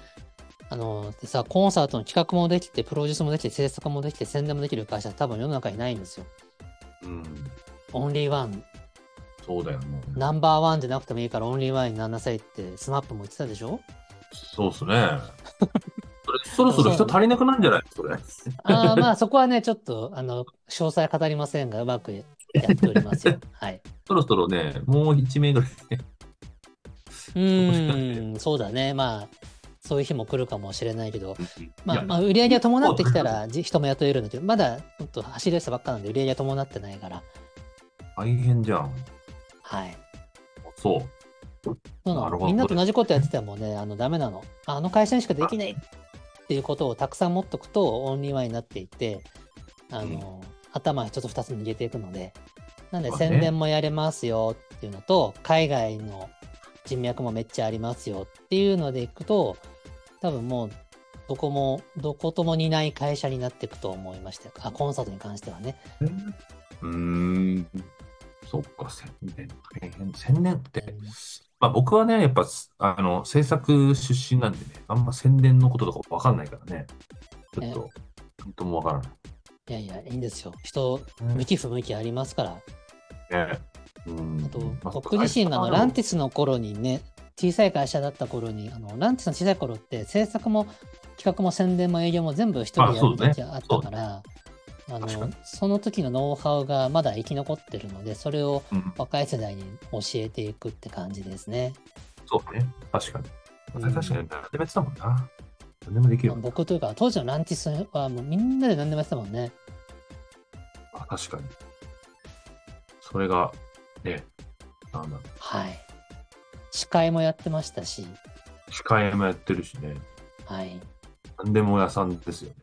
あの、でさ、コンサートの企画もできて、プロデュースもできて、制作もできて、宣伝もできる会社、多分世の中にないんですよ。
うん。
オンリーワン、
そうだよね。
ナンバーワンじゃなくてもいいから、オンリーワンになんなさいって、スマップも言ってたでし ょ
そうっすね。それそろそろ人足りなくなるんじゃないそれ。
ああ、まあ、そこはね、ちょっと、あの、 詳細は語りませんが、うまくやっておりますよ。 はい。
そろそろね、もう1名ぐらいね。
うーん、そうだね。まあ、そういう日も来るかもしれないけど、まあ、まあ、売り上げが伴ってきたらじ人も雇えるんだけど、まだちょっと走り出したばっかなんで売り上げが伴ってないから、
大変じゃん。
はい。
そう。
そうな
なる
の
ほど
みんなと同じことやっててもね、あのダメなの。あの会社にしかできないっていうことをたくさん持っとくと、オンリーワンになっていって、あの、頭一つ二つ抜けていくので、なんで
まあね
宣伝もやれますよっていうのと、海外の人脈もめっちゃありますよっていうのでいくと、多分もう、どこも、どこともにない会社になっていくと思いましたよ。あ、コンサートに関してはね。
うーん。そっか、宣伝大変。宣伝って。まあ僕はね、やっぱ、あの、制作出身なんでね、あんま宣伝のこととかわかんないからね。ちょっと、本当もわからない
やいや、いいんですよ。人、
い。
向き不向きありますから。
ね。うん。
あと
ま、
僕自身があの
あ
ランティスの頃にね、小さい会社だった頃に、あのランティスの小さい頃って制作も企画も宣伝も営業も全部一人でやる時があったから、あ
そう
の
確
その時のノウハウがまだ生き残ってるので、それを
うん、
若い世代に教えていくって感じですね。
そうね。確かに。
うん
確かに、何でもやってたもんな。何でもできるもんな。
僕というか、当時のランティスはもうみんなで何でもやってたもんね。
あ確かに。それが、ね、なんだろう
はい。司会もやってましたし、
司会もやってるしね。
はい。
何でも屋さんですよね。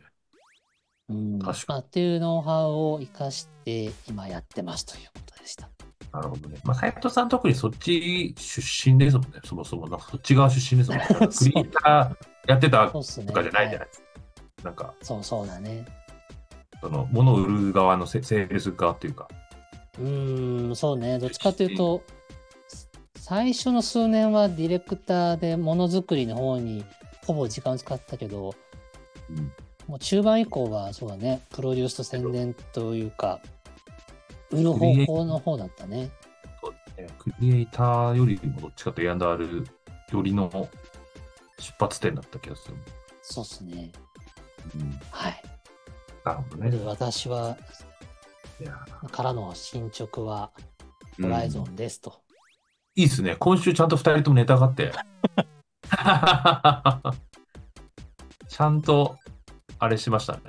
うん
確か
まあ、っていうノウハウを生かして、今やってますということでした。
なるほどね。まあ、斉藤さん特にそっち出身ですもんね。そもそも、なんかそっち側出身ですもん ね。なんかクリエイターやってた
そうっすね。
とかじゃないじゃ
は
ないですか。なんか、
いそうそうだね。
その、物を売る側のセセールス側っていうか。
うーん、そうね。どっちかというと、最初の数年はディレクターでものづくりの方にほぼ時間を使ってたけど、
うん
もう中盤以降はそうだね、プロデュースと宣伝というか、売る
クリエ
方
イ
向の方だったね。
そうですねクリエイターよりもどっちかというと A&R よりの出発点だった気がする。
そうっすね。
うん、
はい。
なるほど
で
ね。
私は、
いや
からの進捗は、
ー
ホライゾ
うん
ンですと。
いいですね。今週ちゃんと2人ともネタがあって。 ちゃんと、あれしましたね。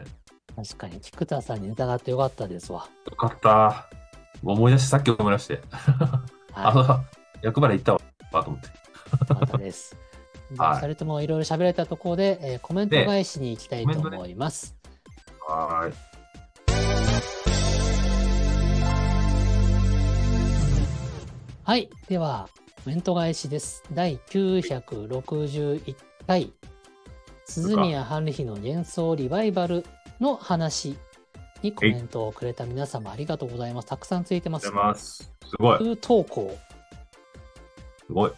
確かに、菊田さんに疑ってよかったですわ。
よかった。思い出して、さっき思い出して。あ
は
の、役払い行ったわ、と思って。
い、よかったです。で
はい
それともいろいろ喋られたところで、えーコメント
で
返しに行きたい
コ
と
メントね
思います。
はーい。
はい。では、コメント返しです。第961回、鈴宮春日の幻想リバイバルの話にコメントをくれた皆様ありがとうございます。たくさんついてま
ありがと
す。
うございます。すごい。
空投稿。
すごい。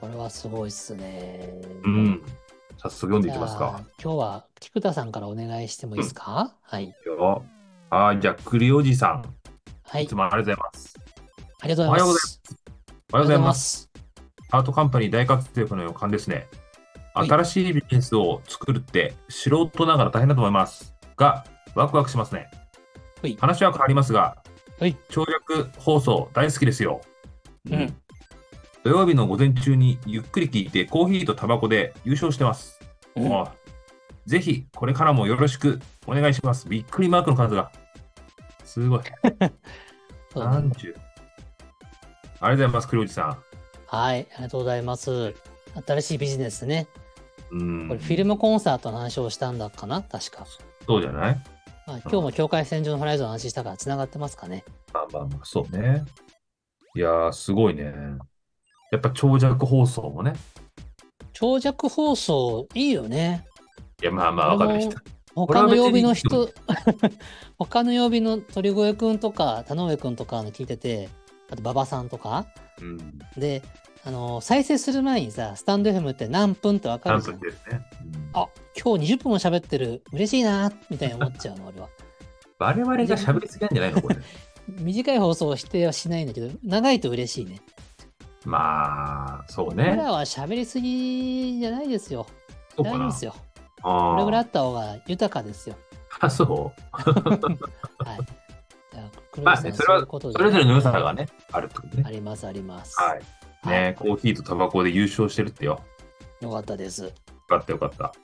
これはすごいっすね。
うん。早速読ん
じ
でい
ゃ
き
あ。
ますか。
今日は菊田さんからお願いしてもいいですか、はい。
よ。あーじゃあ、栗おじさん。
はいい
つ。もありがとうございます。
ありがとうございます。
おはようございます。
す。
アートカンパニー大活躍の予感ですね。
はい
新しいビジネスを作るって素人ながら大変だと思いますが、ワクワクしますね
はい。
話は変わりますが、
はい
長尺放送大好きですよ。
うん
土曜日の午前中にゆっくり聞いてコーヒーとタバコで優勝してます。
うん
もうぜひこれからもよろしくお願いします。びっくりマークの数が。すごい。
そうだね
30。ありがとうございます、黒内さ
はい。ありがとうございます。新しいビジネスね。
ん。うん。
これフィルムコンサートの話をしたんだかな確か。
そうじゃない
まあ、今日も境界線上のホライゾンの話したから繋がってますかね。
まあまあまあ、そうね。いやー、すごいね。やっぱ長尺放送もね。
長尺放送いいよね。
いや、まあまあ、わ
こ
か
れも
る人。
他の曜日の
これは
人、 他の曜日の鳥越くんとか田上くんとかの聞いてて、あと馬場さんとか。
うん。
で、あの再生する前にさ、スタンド FM って何分ってわか
何
るじゃん
分。ですね。うん
あ今日20分も喋ってる、嬉しいな、みたいに思っちゃうの、俺は。
我々が喋りすぎなんじゃな いのこれ。
短い放送を否定はしないんだけど、長いと嬉しいね。
まあ、そう
僕
ね。
らは喋りすぎじゃないですよ。
そう
大
か
丈夫
な。
ですよ。これぐらいあ
あ
った方が豊かですよ。
あ、そう。
はい。じゃあ、黒田
まあ
さん、
ね、それは、
ういうこと
それぞれの良さが
ね。
ね、あるってことね
あ。ります、あります。
はい。ね、コーヒーとタバコで優勝してるってよ。よ
よかったです。
かったよかった。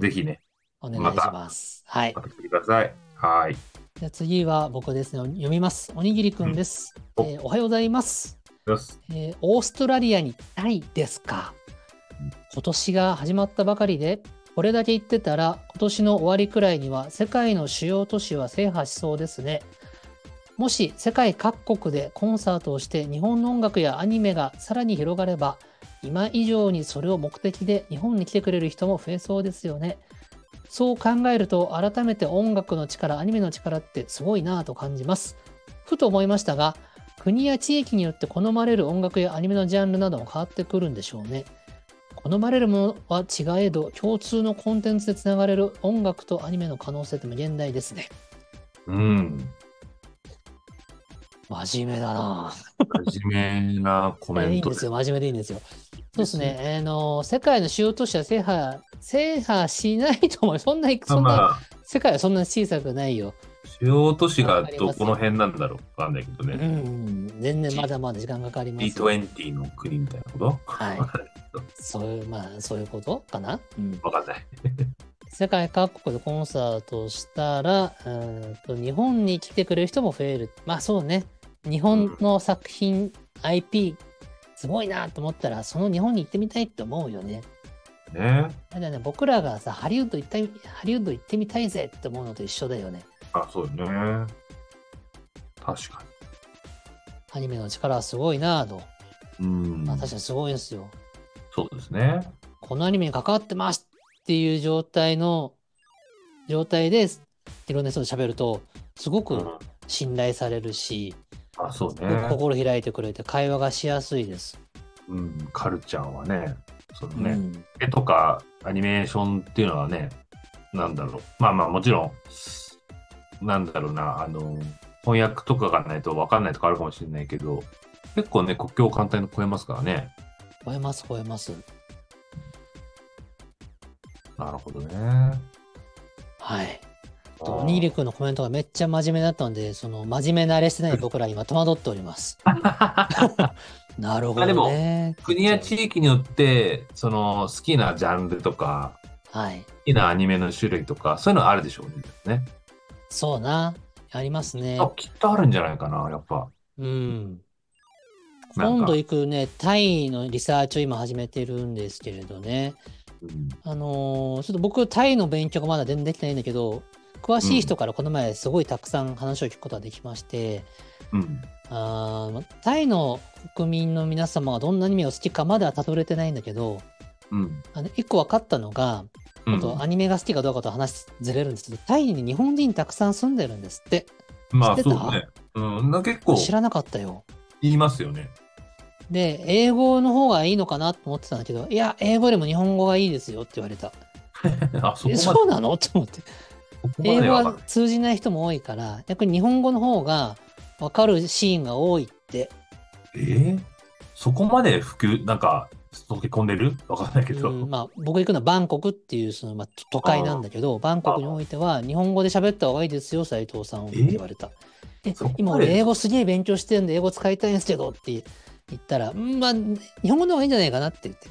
ぜひね、
お願いします。はい
ま。た来てください。はい。
じゃあ次は僕ですね、読みます。おにぎりくんです。
うん
えーおはようございます、
よし。
えーオーストラリアにタイですか
うん。
今年が始まったばかりで、これだけ言ってたら、今年の終わりくらいには世界の主要都市は制覇しそうですね。もし世界各国でコンサートをして日本の音楽やアニメがさらに広がれば、今以上にそれを目的で日本に来てくれる人も増えそうですよね。そう考えると改めて音楽の力、アニメの力ってすごいなぁと感じます。ふと思いましたが、国や地域によって好まれる音楽やアニメのジャンルなども変わってくるんでしょうね。好まれるものは違えど、共通のコンテンツでつながれる音楽とアニメの可能性って無限大ですね。
うん。
真面目だなぁ。
真面目なコメ
いい
ン
ん
ト
で
です
よ、真面目でいいんですよ。そうですね、あの世界の主要都市は制覇制覇しないと思う。そんな、
まあ
そん
ま
な、
あ、
世界はそんな小さくないよ。
主要都市
わ
が
かり
ど
ます
この辺なんだろうわかんないけど
う
ね。
ん、全然まだまだ時間かかりますよ。
B20 の国みたいなこと
はい
わかんない
そういう、まあ、そういうことかな。うん
わかんない。
世界各国でコンサートをしたら、うーんと日本に来てくれる人も増える。まあそうね。日本の作品、IP、すごいなと思ったら、その日本に行ってみたいって思うよね。
ね
だからね、僕らがさ、ハリウッド行ったい、ハリウッド行ってみたいぜって思うのと一緒だよね。
あ、そうね。確か
アニメの力はすごいなと。
に。うん。
まあ確かにすごいんですよ。
そうですね。
このアニメに関わってますっていう状態の、状態で、いろんな人と喋ると、すご
う
く
ん
信頼されるし、
あ、そう
よく
ね。
心開いてくれて会話がしやすいです。
うん、カルチャーはね、そのね、
うん
絵とかアニメーションっていうのはね、なんだろう。まあまあもちろん、なんだろうな、あの、翻訳とかがないと分かんないとかあるかもしれないけど、結構ね、国境を簡単に越えますからね。
吠えます吠えます。
なるほどね。
はい。おにぎりくんのコメントがめっちゃ真面目だったんで、その真面目慣れして ない僕ら今戸惑っております。なるほ
まあで
ど
も
ね。
国や地域によって、その好きなジャンルとか、
はい。
好きなアニメの種類とか、そういうのはあるでしょうね。
そうな。ありますね。
あきっとあるんじゃないかな、やっぱ。
うん。
なんか
今度行くね、タイのリサーチを今始めてるんですけれどね。
うん、
あのーちょっと僕、タイの勉強がまだ全然できてないんだけど、詳しい人からこの前すごいたくさん話を聞くことができまして、
うん、
あータイの国民の皆様がどんなアニメを好きかまではたどれてないんだけど、
うん。
あの、一個分かったのが、
うん
あとアニメが好きかどうかと話ずれるんですけど、タイに日本人たくさん住んでるんですって。知
まあ
ってた
そうね。うん、な結構
知らなかったよ。
言いますよね。
で、英語の方がいいのかなと思ってたんだけど、いや、英語よりも日本語がいいですよって言われた。
あそこ
え、
ま
そうなのと思って。
で。
英語
は
は通じない人も多いから、逆に日本語の方が分かるシーンが多いって。
えーそこまで普及、なんか、溶け込んでるわかんないけど。
うんまあ、僕行くのはバンコクっていうその、まあ、都都会なんだけどバンコクにおいては日本語で喋った方がいいですよ斉藤さんをって言われた。え
そこまで
今俺英語すげえ勉強してるんで英語使いたいんですけどって言ったら、うんまあ、日本語の方がいいんじゃないかなって言って。っ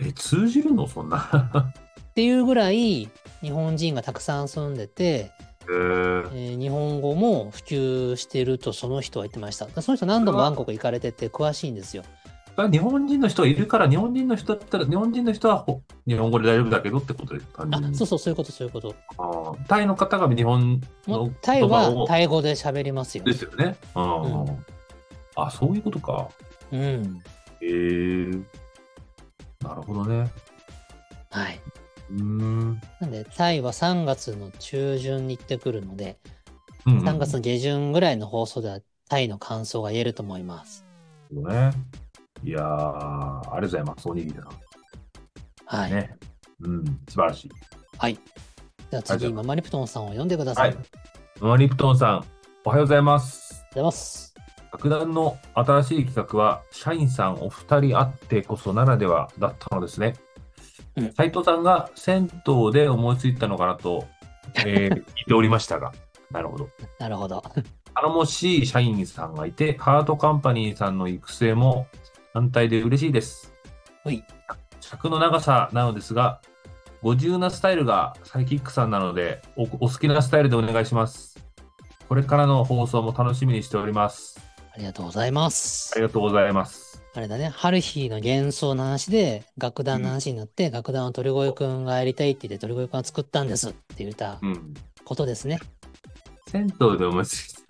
え、通じるのそんな。
ていうぐらい日本人がたくさん住んでて、
えー、
えー日本語も普及してるとその人は言ってました。だからその人何度もバンコク行かれてて詳しいんですよ。
日本人の人がいるから、日本人の人だったら、日本人の人はほ日本語で大丈夫だけどってことです。単
あ
純に
そうそうそういうことそういうこと。
あータイの方が日本
も
の
うタイ
言葉
は
を
タイ語で喋りますよ
で。すよね。うん
うん
あ、そういうことか。
うん。
えー、なるほどね。
はい。
うーん。
なんで、タイは3月の中旬に行ってくるので、
うん
3月の下旬ぐらいの放送では、タイの感想が言えると思います。
ね。いやー、ありがとうございます、おにぎりさん。
はい。
ね。うん、素晴らしい。
はい。では
あじゃ
次、
あ
ママリプトンさんを読んでくださ。
はい
あ
い
りがとう。
ノアリプトンさん、おはようございます。
ございます。
楽団の新しい企画は、社員さんお二人あってこそならではだったのですね
うん。
斉藤さんが銭湯で思いついたのかなと、 えー聞いておりましたが、なるほど。
なるほど。
頼もしい社員さんがいて、ハートカンパニーさんの育成も安泰で嬉しいです。
ほい。
尺の長さなのですが、ご自由なスタイルがサイキックさんなのでお、お好きなスタイルでお願いします。これからの放送も楽しみにしております。
ありがとうございます
あり。がとうございます。
あれだね、ハルヒーの幻想の話で、楽団の話になって、楽団の鳥越くんがやりたいって言って、鳥越くんが作ったんですって言った
うん。
ことですね。
銭湯でお待ちして。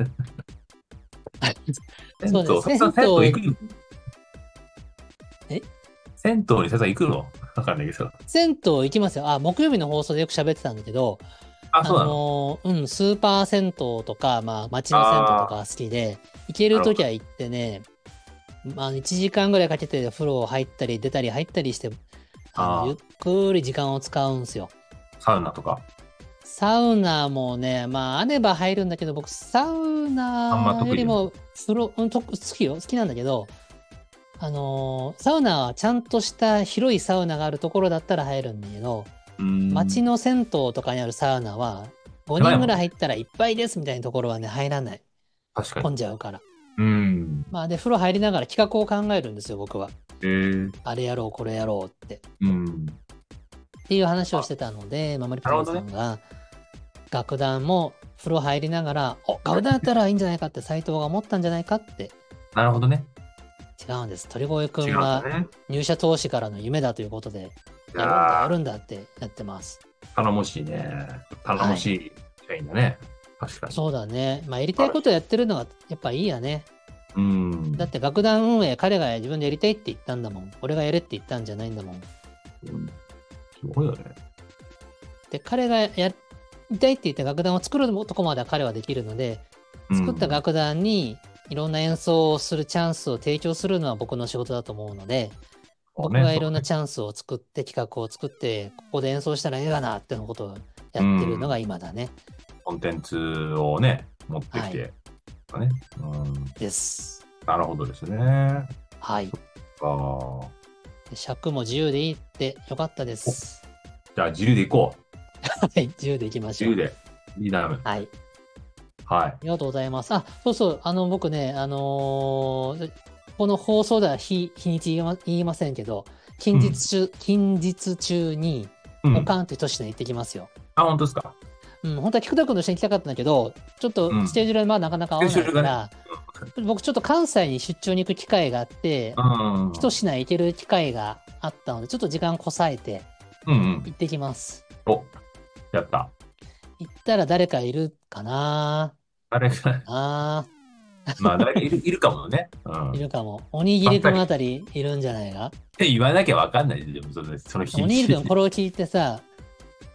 はい。
銭
そう
湯、
ですね
さん銭湯行くの
え
銭湯にささん行くのわかんないけど。
銭湯行きますよ。あ、木曜日の放送でよく喋ってたんだけど、
あ、
あ
そうなの、
のーうん、スーパー銭湯とか、まあ、町の銭湯とか好きで、行けるときは行ってね、まあ、1時間ぐらいかけて風呂入ったり出たり入ったりして、あの
あー
ゆっくり時間を使うんですよ。
サウナとか。
サウナもね、まあ、あれば入るんだけど、僕、サウ
あんま
ナ
得意
よりも、風呂、うん、と好きよ、好きなんだけど、あのーサウナはちゃんとした広いサウナがあるところだったら入るんだけど、
うん
町の銭湯とかにあるサウナは5人ぐらい入ったらいっぱいですみたいなところはね入らない
確か
混
に。
んじゃうから
うん。
まあで風呂入りながら企画を考えるんですよ僕は
えー、
あれやろうこれやろうって
うん。
っていう話をしてたので、ままりパンさんが、楽団も風呂入りながら、お楽団だったらいいんじゃないかって斎藤が思ったんじゃないかって、
なるほどね。
違うんです。鳥越く
違うんんだ
は
ね。
入社投資からの夢だということで、やるん
い
だ、
や
やるんだってやってます。
ー頼もしいね。頼もしい社員だね。確かに。
そうだね。まあ、やりたいことをやってるのがやっぱいいやね。
うん。
だって楽団運営、彼が自分でやりたいって言ったんだもん。俺がやれって言ったんじゃないんだもん。
うんすごいよね。
で、彼がやりたいって言って楽団を作るとこまでは彼はできるので、
うん
作った楽団にいろんな演奏をするチャンスを提供するのは僕の仕事だと思うので、僕がいろんなチャンスを作って企画を作って、ここで演奏したらええがなってのことをやってるのが今だね。
コンテンツをね、持ってきて、ねうん、
です。
なるほどですね。
はい。
あー
で尺も自由でいいってよかったです。
じゃあ、自由でいこう。
はい。自由でいきま
自
しょ
由
う。
で。リーダーム。
はい。
はい
あ。りがとうございます。あ、そうそう。あの、僕ね、あのーこの放送では日日にち言いま言いませんけど、近日中、近日中に、
うん
ポカンという都市に行ってきますよ。
あ、本当ですか。
うん、本当は菊田君と一緒に行きたかったんだけど、ちょっとスケジュールがまあなかなか合わない
スケジュー
か
ル
ら、僕ちょっと関西に出張に行く機会があって、
うん。
一品行ける機会があったので、ちょっと時間こさえて
うんうん。
行ってきます。
お、やった。
行ったら誰かいるかな
あれが、
あ
まあ、誰かいるいるかもね。うん。
ーい
っ
るかも。おにぎりくんあたりいるんじゃないか
て言わなきゃわかんないで、でもその、その日
おにぎりくんこれを聞いてさ、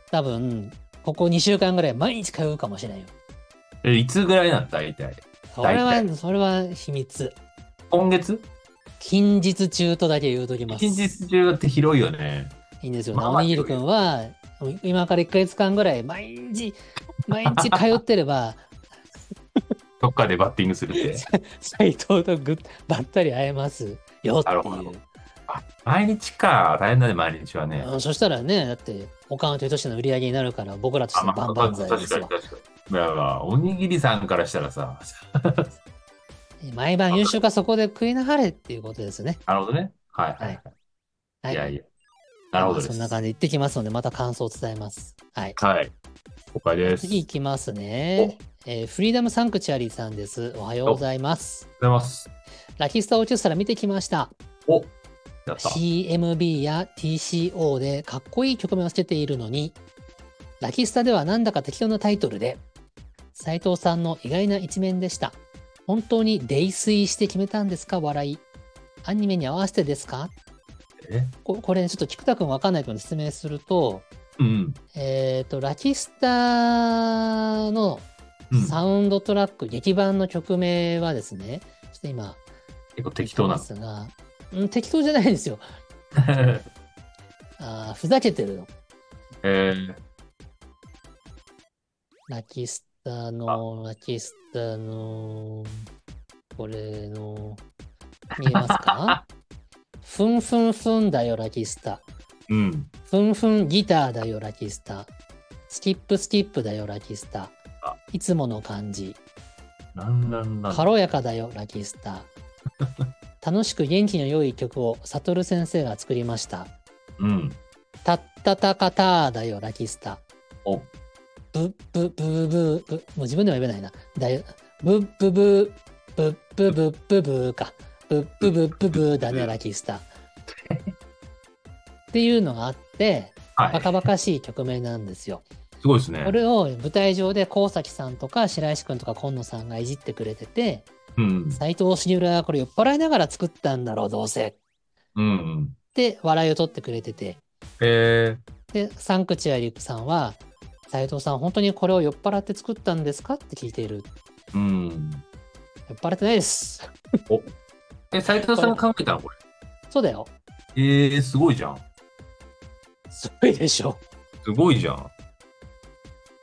多分、ここ2週間ぐらい毎日通うかもしれないよ。
え、いつぐらいなの大体。
それ
大
は、それは秘密。
今月
近日中とだけ言うときます。
近日中って広いよね。
いいんですよね。
まあま
お
あ
にぎりくんは、今から1ヶ月間ぐらい、毎日、毎日通ってれ ば、
どっかでバッティングす るって。
斎藤とぐっばったり会えますよって
ないる
う
ほど。毎日か。大変だね、毎日はね。
うんそしたらね、だって、おかんという都市の売り上げになるから、僕らとし
あ
ての
ま
万
あ、
々
確
歳
か
で
に
すよ
確。かに。だから、おにぎりさんからしたらさ、
毎晩優秀かそこで食いなはれっていうことですね。
なるほどね。はいはいは。
はいい。
いやいや。なるほどで
そん
す。
な感じで行ってきますので、また感想を伝えます。はい。
はい。了解です。あ
次
り
行きますね。えーフリーダムサンクチュアリーさんです。おはようございます。
がとうございます。
ラキスタオーケストラ見てきました。
おやった。
CMB や TCO でかっこいい曲名をつけているのに、ラキスタではなんだか適当なタイトルで、斉藤さんの意外な一面でした。本当に泥酔して決めたんですか笑い。アニメに合わせてですか
え
ここれね、ちょっと菊田くんわかんないと説明すると、
うん。
えっ、と、ラキスタの
うん、結
サウンドトラック、劇版の曲名はですね、ちょっと今、
構適当な
で。すが、うん、適当じゃないんですよ。あーふざけてるの。
えー、
ラキスタの、ラキスタの、これの、見えます かふんふんふんだよ、ラキスタ。
うん。
ふんふんギターだよ、ラキスタ。スキップスキップだよ、ラキスタ
あ。
いつもの感じ。
なんなんなん。
軽やかだよ、ラキスタ。 楽しく元気の良い曲を、サトル先生が作りました。
うん。
たったたかたーだよ、ラキスタ。
お、
ブッブブーブーブもう自分では言えないな。だよブッブブーブッブブッブブーか。ブッブブッブブーだね、ラキスタ。っていうのがあって、
は
バ
い。
カバカしい曲名なんですよ。
すごいですね
こ。れを舞台上で高崎さんとか白石くんとか今野さんがいじってくれてて、
うん。
斎藤茂はこれ酔っ払いながら作ったんだろう、どうせ。
うんうん。
って笑いを取ってくれてて。
え
で、サンクチュアリさんは、斎藤さん、本当にこれを酔っ払って作ったんですかって聞いている
ー、うん。
酔っ払ってないです。
え、斉藤さんが考えたのこれ。
そうだよ。
えー、すごいじゃん。
すごいでしょ。
すごいじゃん。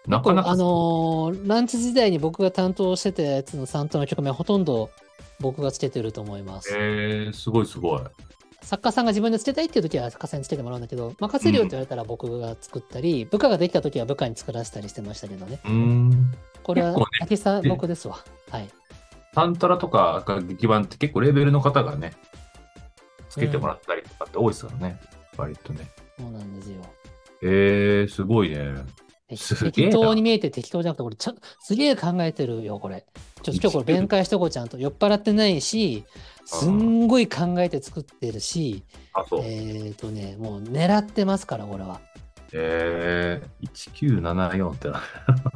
なかなか。
あのーランチ時代に僕が担当してたやつの担当の曲名、ほとんど僕がつけてると思います。
えー、すごいすごい。
作家さんが自分でつけたいっていう時は作家さんにつけてもらうんだけど、任せるよって言われたら僕が作ったり、部下ができた時は部下に作らせたりしてましたけどね。
うん。
これは
結構ね、
竹さん、僕ですわ。はい。
サントラとか劇版って結構レベルの方がね、つけてもらったりとかって多いですからね。割とね。
そうなんですよ。
えー、すごいね。すげえ
適
な
当に見えて適当じゃなくて、これちゃん、すげえ考えてるよ、これ。ちょっと今日これ弁解しとこうちゃんと。酔っ払ってないし、すんごい考えて作ってるし、
あ、そう。
えっ、とね、もう狙ってますから、これは。
えー、1974ってな。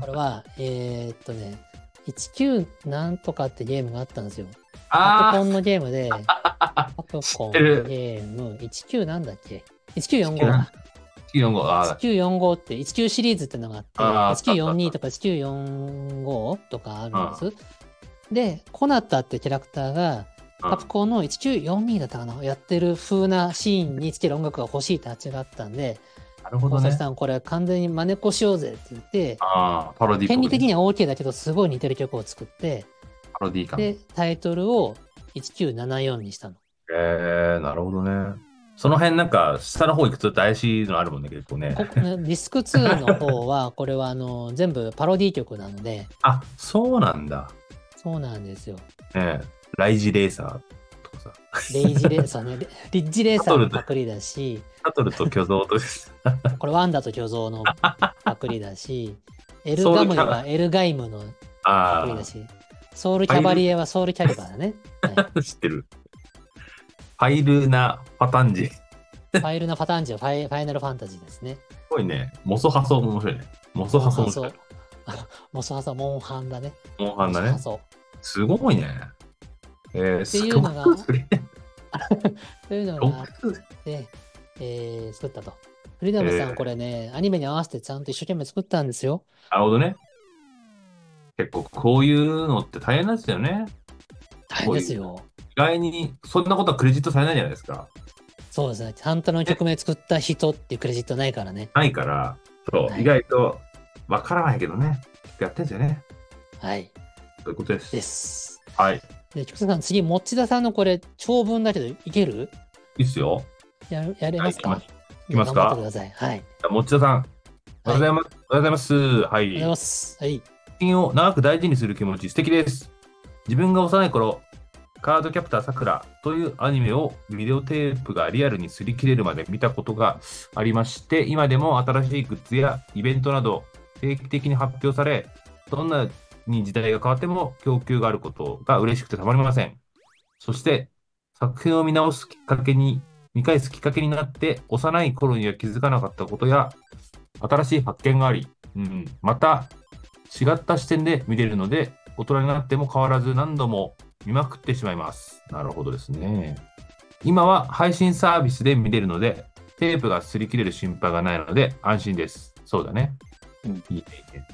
これは、えっとね、19なんとかってゲームがあったんですよ。パソコ
あ
ンのゲーム で、パソコンのゲーム、19なんだっけ ?1945 だ。
ー、1945。あ
1945って19シリーズってのがあ
あ
っ
ー
て、1942とか1945とかあるんです。で、コナタってキャラクターが、
ー
カプコンの1942だったかな、やってる風なシーンにつける音楽が欲しいって発注があったんで、
なるほ
大
ど
崎
ね。
さん、これ完全に真似っこしようぜって言って、
ああ、パロディ
権利的
に
には OK だけど、すごい似てる曲を作って、
パロディ感。え
で、タイトルを1974にしたの。
ー、なるほどね。その辺なんか、下の方行くと怪しいのあるもんね、結構ね
こ。ディスク2の方は、これはあの全部パロディ曲なので、
あ、そうなんだ。
そうなんですよ。
ねえライジレーサーとかさ、
レイジレーサーね、 レリッジレーサーのパクリだし、
シャトルと巨像と、
これワンダと巨像のパクリだし、エルガムリはエルガイムのパクリ
あ
だし、ソウルキャバリエはソウルキャリバーだね。はい
あ、知ってる。ファイルなパタンジ。す
ファイルのパターンジはファイファイナルファンタジーですね。
ごいね。モソハソも面白いね。モソハソも面白い。
モスハソ、モンハンだね。
モンハンだ
モスハ
ね。
ソ
すごいね。え
っ
ー、
ていうのが
すごい
というのがあって、えー作ったと。フリーダムさん、
えー
これね、アニメに合わせてちゃんと一生懸命作ったんですよ。
なるほどね。結構こういうのって大変なんですよね。
大変ですよ。
意外に、そんなことはクレジットされないじゃないですか。
そうですね。サンタの曲名作った人っていうクレジットないからね。
ないから、そう、
はい
意外とわからないけどね。やってんですよね。
はい。
そういうことです。
です。
はい。
で、菊池さん、次、持田さんのこれ、長文だけど、いける
いいっすよ。
ややれますか、
はいいきます
頑張っ
か
てください。はい。
持田さん、おはようございます。おはようございます。は
ありがとうござい
い
ま。す。はい。
作品を長く大事にする気持ち、素敵です。自分が幼い頃、カードキャプターさくらというアニメをビデオテープがリアルに擦り切れるまで見たことがありまして、今でも新しいグッズやイベントなど定期的に発表され、どんなに時代が変わっても供給があることが嬉しくてたまりません。そして、作品を見直すきっかけに、見返すきっかけになって、幼い頃には気づかなかったことや、新しい発見があり、うん、また違った視点で見れるので、大人になっても変わらず何度も見まくってしまいます。なるほどですね。今は配信サービスで見れるので、テープが擦り切れる心配がないので安心です。そうだね。
うん
いいね、いいね。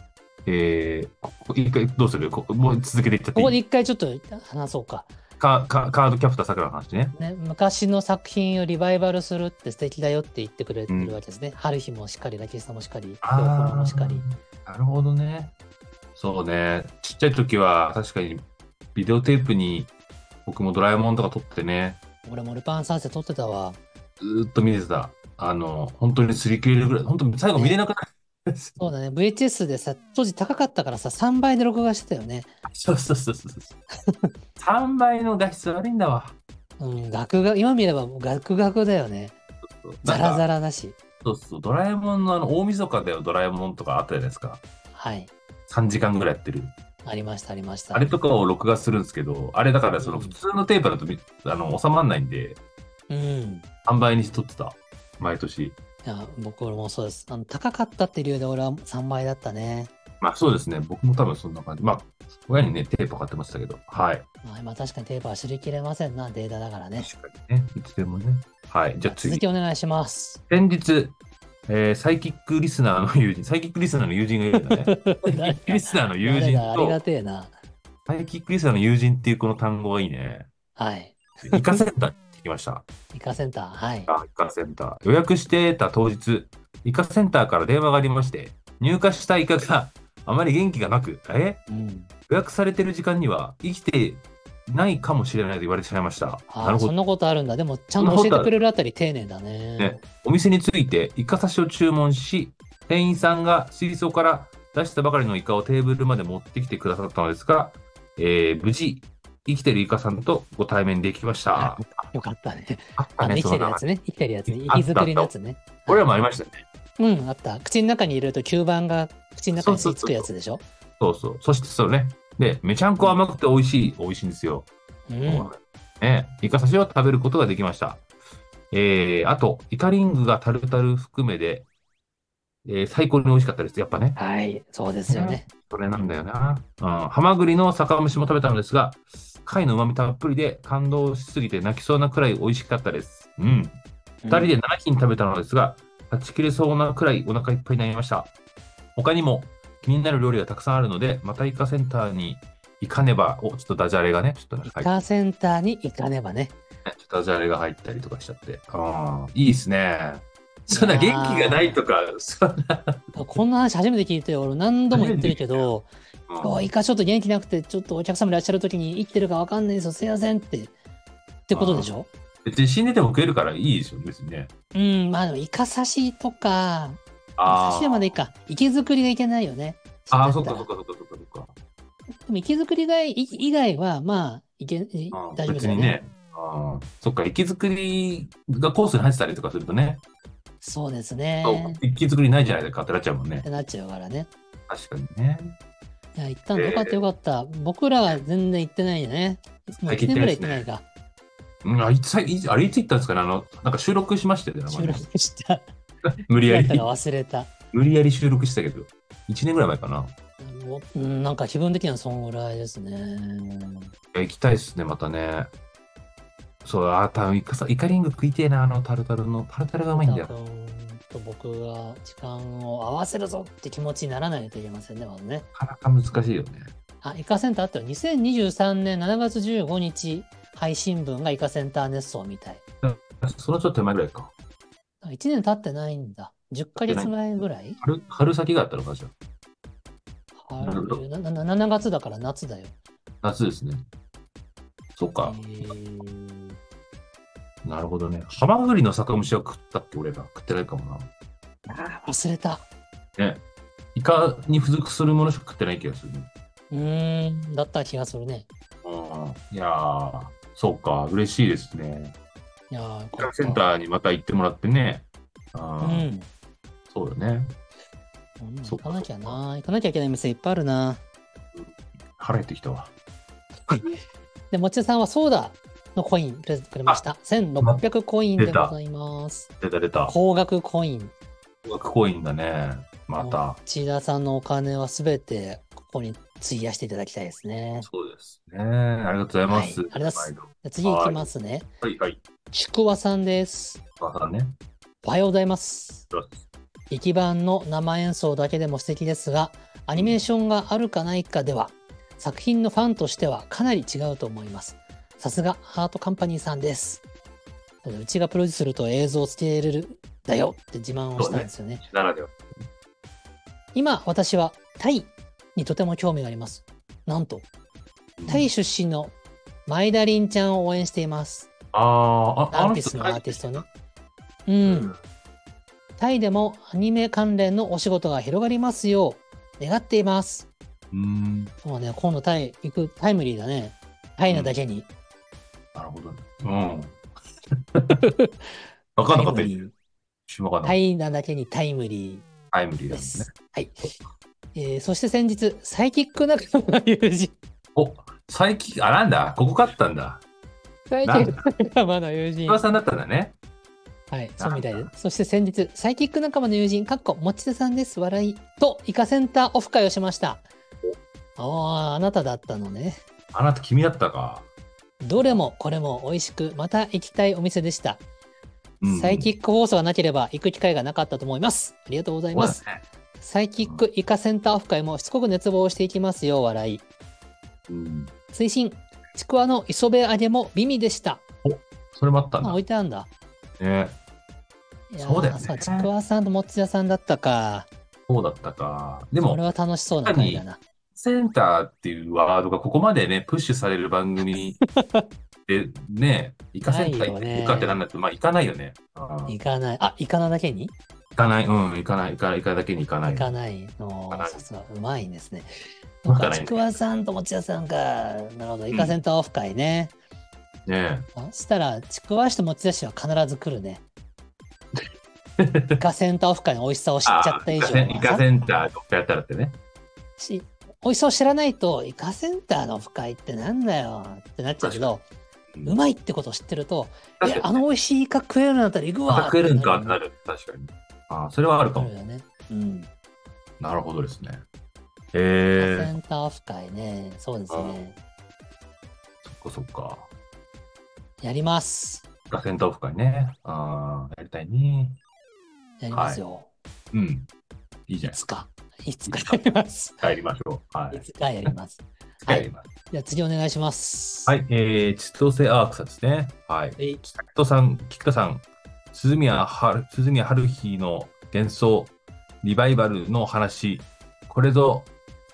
えー、ここ一回どうするこもう続けていっちゃっ
こ
ていい
こで一回ちょっと話そうか。
カカカードキャプターさくらの話ね。
ね、昔の作品をリバイバルするって素敵だよって言ってくれてるわけですね。春日もしっかり、ラキスタもしっかり、
あー
ヨーコロもしっかり。
なるほどね。そうね。ちっちゃい時は確かにビデオテープに僕もドラえもんとか撮ってね、
俺もルパン三世撮ってたわ。
ずーっと見てた。あの、本当に擦り切れるぐらい、本当に最後見れなくなる。
そうだね。VHS でさ、当時高かったからさ、3倍で録画してたよね。
そうそうそうそうそう。3倍の画質悪いんだわ。
うん、額が、今見れば額額だよね。ザラ
なんか
ザラだし。
そうそう。ドラえもんのあの、大晦日だよ、ドラえもんとかあったじゃないですか。
はい。
3時間ぐらいやってる。
ありました、ありました。
あれとかを録画するんですけど、あれだからそうの
ん
普通のテープだとみ、あの収まらないんで、
うん。
3倍にしとってた。毎年。
いや、僕もそうです。あの高かったっていう理由で俺は3倍だったね。
まあそうですね。僕も多分そんな感じ。まあ、親にね、テープ買ってましたけど。はい。
まあ、今確かにテープは知りきれませんな、データだからね。
確かにね。いつでもね。はい。じゃあ
続
次。
きお願いし ます。
先日、えーサイキックリスナーの友人、サイキックリスナーの友人がいるんだね。サイキックリスナーの
誰
友人
だありが
と、
てえな。
サイキックリスナーの友人っていうこの単語がいいね。
はい。
イカセンターに行ってきました。
イカセンター、はい。
あイカセンター。予約してた当日、イカセンターから電話がありまして、入荷したイカがあまり元気がなく、え
うん。
予約されてる時間には生きてないかもしれないと言われてしまいました。
あ
なる
ー
ほ
そ
ど
ん。なことあるんだ。でも、ちゃんと教えてくれるあたり丁寧だね。
ね、お店についてイカ刺しを注文し店員さんが水槽から出したばかりのイカをテーブルまで持ってきてくださったのですが、えー無事生きてるイカさんとご対面できました。
よか ったね。
あっ
あの、
たね、
生き
そ
てるや
の名前
つね。生きてるやつね。
あ
生き作りのやつね。
これらもありましたね。
うん、あった。口の中に入れると吸盤が口の中に吸い付くやつでしょ。
そうそう。そしてそうね。で、めちゃんこ甘くて美味しい。美味しいんですよ。
うん。
ね、イカ刺しを食べることができました。えー、あと、イカリングがタルタル含めで、えー最高に美味しかったです。やっぱね。
はい、そうですよね。
それなんだよな。うん。ハマグリの酒蒸しも食べたのですが、貝の旨味たっぷりで感動しすぎて泣きそうなくらい美味しかったです。うん。2人で7品食べたのですが、断ち切れそうなくらいお腹いっぱいになりました。他にも気になる料理がたくさんあるので、またイカセンターに行かねば、お、ちょっとダジャレがね、ちょっとね、
イ
はい、ちょっ
カセンターに行かねばね。
とダジャレが入ったりとかしちゃって。ああ、いいですね。そんな元気がないとか、そんな。
こんな話初めて聞いて、俺何度も言ってるけど、
うん
おイカちょっと元気なくて、ちょっとお客様いらっしゃる時に生きてるかわかんないですよ、すいませんって。ってことでしょ
別に死んでても食えるからいいですよ、別にね。
うん、まあでもイカ刺しとか、イ
あ
カ
あ
刺しでまでいいか。池作りがいけないよね。
ああ、
だ
そ
っ
ったからそっかそっかそっかそっか。
でも池作り以外以外は、まあ、いけい
あー
大丈夫です
別
よ
に
ね。
ね。あーそっか、息作りがコースに入ってたりとかするとね、
そうですね。
そう息作りないじゃないですかってなっちゃうもんね
って。なっちゃうからね。
確かにね。
いや、行ったのよかったよかった。僕らは全然行ってないよね。もう1年ぐらい行って ないか。
うん、あいつ、いつあれいつ行ったんですかねあの、なんか収録しましたよね、
収
生で
録した。
無理や
や った
り
ら、忘れた。
無理やり収録してたけど、1年ぐらい前かな。い
もううんなんか気分的にはそんぐらいですね。
や行きたいっすね、またね。そう、あー、たぶんイカさ、イカリング食いてえな、あのタルタルの。タルタルがうまいんだ
多
よ。
分と僕が時間を合わせるぞって気持ちにならないといけませんね、まずね。
なかなか難しいよね。
あ、イカセンターあったよ。2023年7月15日配信分がイカセンターネッソーみたい。
そのちょっと手前ぐらいか。
1年経ってないんだ。10ヶ月前ぐらい
春、春先があったのかしら。なるほど
春ななな ?7 月だから夏だよ。
夏ですね。そっか。
えー
なるほどね。ハマグリの酒蒸しは食ったっけ俺ら食ってないかも
あー忘れた。
な。ね。イカに付属するものしか食ってない気がするね。
うーん、だった気がするね。
うん。いやー、そうか。嬉しいですね。
いやー、
イカセンターにまた行ってもらってね。あー
うん。
そうよね。
うん行
そっか
かなきゃな。行かなきゃいけない店いっぱいあるな。
腹減ってきたわ。
で、持田さんはソーダのコインプレゼントくれました。1600コインでございます。
出た出た。
高額コイン。
高額コインだね。また。
千田さんのお金はすべてここに費やしていただきたいですね。
そうですね。ありがとうございます。
はいありがとうござい
ます。
じゃあ次行きますね。
はいはい。
ちくわさんです。
またね。
おはようございます
おはよう。
劇版の生演奏だけでも素敵ですが、アニメーションがあるかないかでは、作品のファンとしてはかなり違うと思います。さすがハートカンパニーさんです。うちがプロデュースすると映像をつけれるだよって自慢をしたんですよね。
ならでは。
今私はタイにとても興味があります。なんと、タイ出身の前田凛ちゃんを応援しています。
あーあ、
ア
あ
ー
の
ティ
人
ストのアーティストね。う
うんん。。
タイでもアニメ関連のお仕事が広がりますよう願っています。
うん。
そうね、今度タイ行くタイムリーだね。タイなだけに。
なるほどね。 うん。わかんなかった
タイムリ
よ
ー
一瞬わかんな
タ
かっ
イなだけにタイムリ
た。タイムリー
ーで
だもん
す
ね。。
はい。えーそして先日、サイキック仲間の友 人、
お最近、あ、なんだ、ここ勝ったんだ。
サイキック仲間の友人
岩、田さんだったんだね。
はい、そうみたいです。そして先日、サイキック仲間の友人、かっこ、持ち手さんです、笑い、と、イカセンターオフ会をしました。ああ、あなただったのね。
あなた、君だったか。
どれもこれも美味しく、また行きたいお店でした。
うん
サイキック放送がなければ行く機会がなかったと思います。ありがとうございま
そ
す
う。だね
サイキックイカセンターオフ会もしつこく熱望していきますよ、笑い。
うん。
推進、ちくわの磯辺揚げも美味でした。
それもあったん
あ、
だ
置。いてあるんだ。
ね、
いやー
そうだよね
うちくわさんともっちやさんだったか。
そうだったか。で
でも、
も
これ、は楽しそうな会だな。
センターっていうワードがここまでね、プッシュされる番組で ね、イカセンター行
ないよ
っ
ね
て、イカってなんだって、まあ行かないよね。うん
行かない。あ、行かないだけに
行かない、うん、行かない、行かない、行かないだけに行かない。
行かない。の
行かない
さすが、うまいんですね。
う
そ
ま
っ
くは
か、
な
ち
い
くわさんともちやさんか。なるほど、イカセンターオフ会ね。
ね
そしたら、ちくわしともちやしは必ず来る ね。イカセンターオフ会の美味しさを知っちゃった以上
あーイカセンイカセンターとかやったらってね。
し美味しさを知らないとイカセンターのオフ会ってなんだよってなっちゃうけど
うん
うまいってことを知ってると
確
え
か
あ
にね
の美味しいイカ食えるなったら行く
ま
わ
た食えるんかってな
る
る。確かに。あーそれはあるか
な
も
る。よね、うん、イ
なるほどですね。
カ
えー
セ。ンターオフ会ねそうですね
そっかそっか。
やります
ガセンターオフ会ね。ああ、やりたいね。
やりますよ、
うん。いいじ
い、
ゃないです
つかいつかやります
か。帰りましょう。はいい。
つかやりますは
帰り
い
ます。
じゃあ次お願いします
はい。えー、千歳アークさんですね。はい。
はい
菊田さん、菊田さん、鈴宮春、鈴宮春日の幻想、リバイバルの話、これぞ、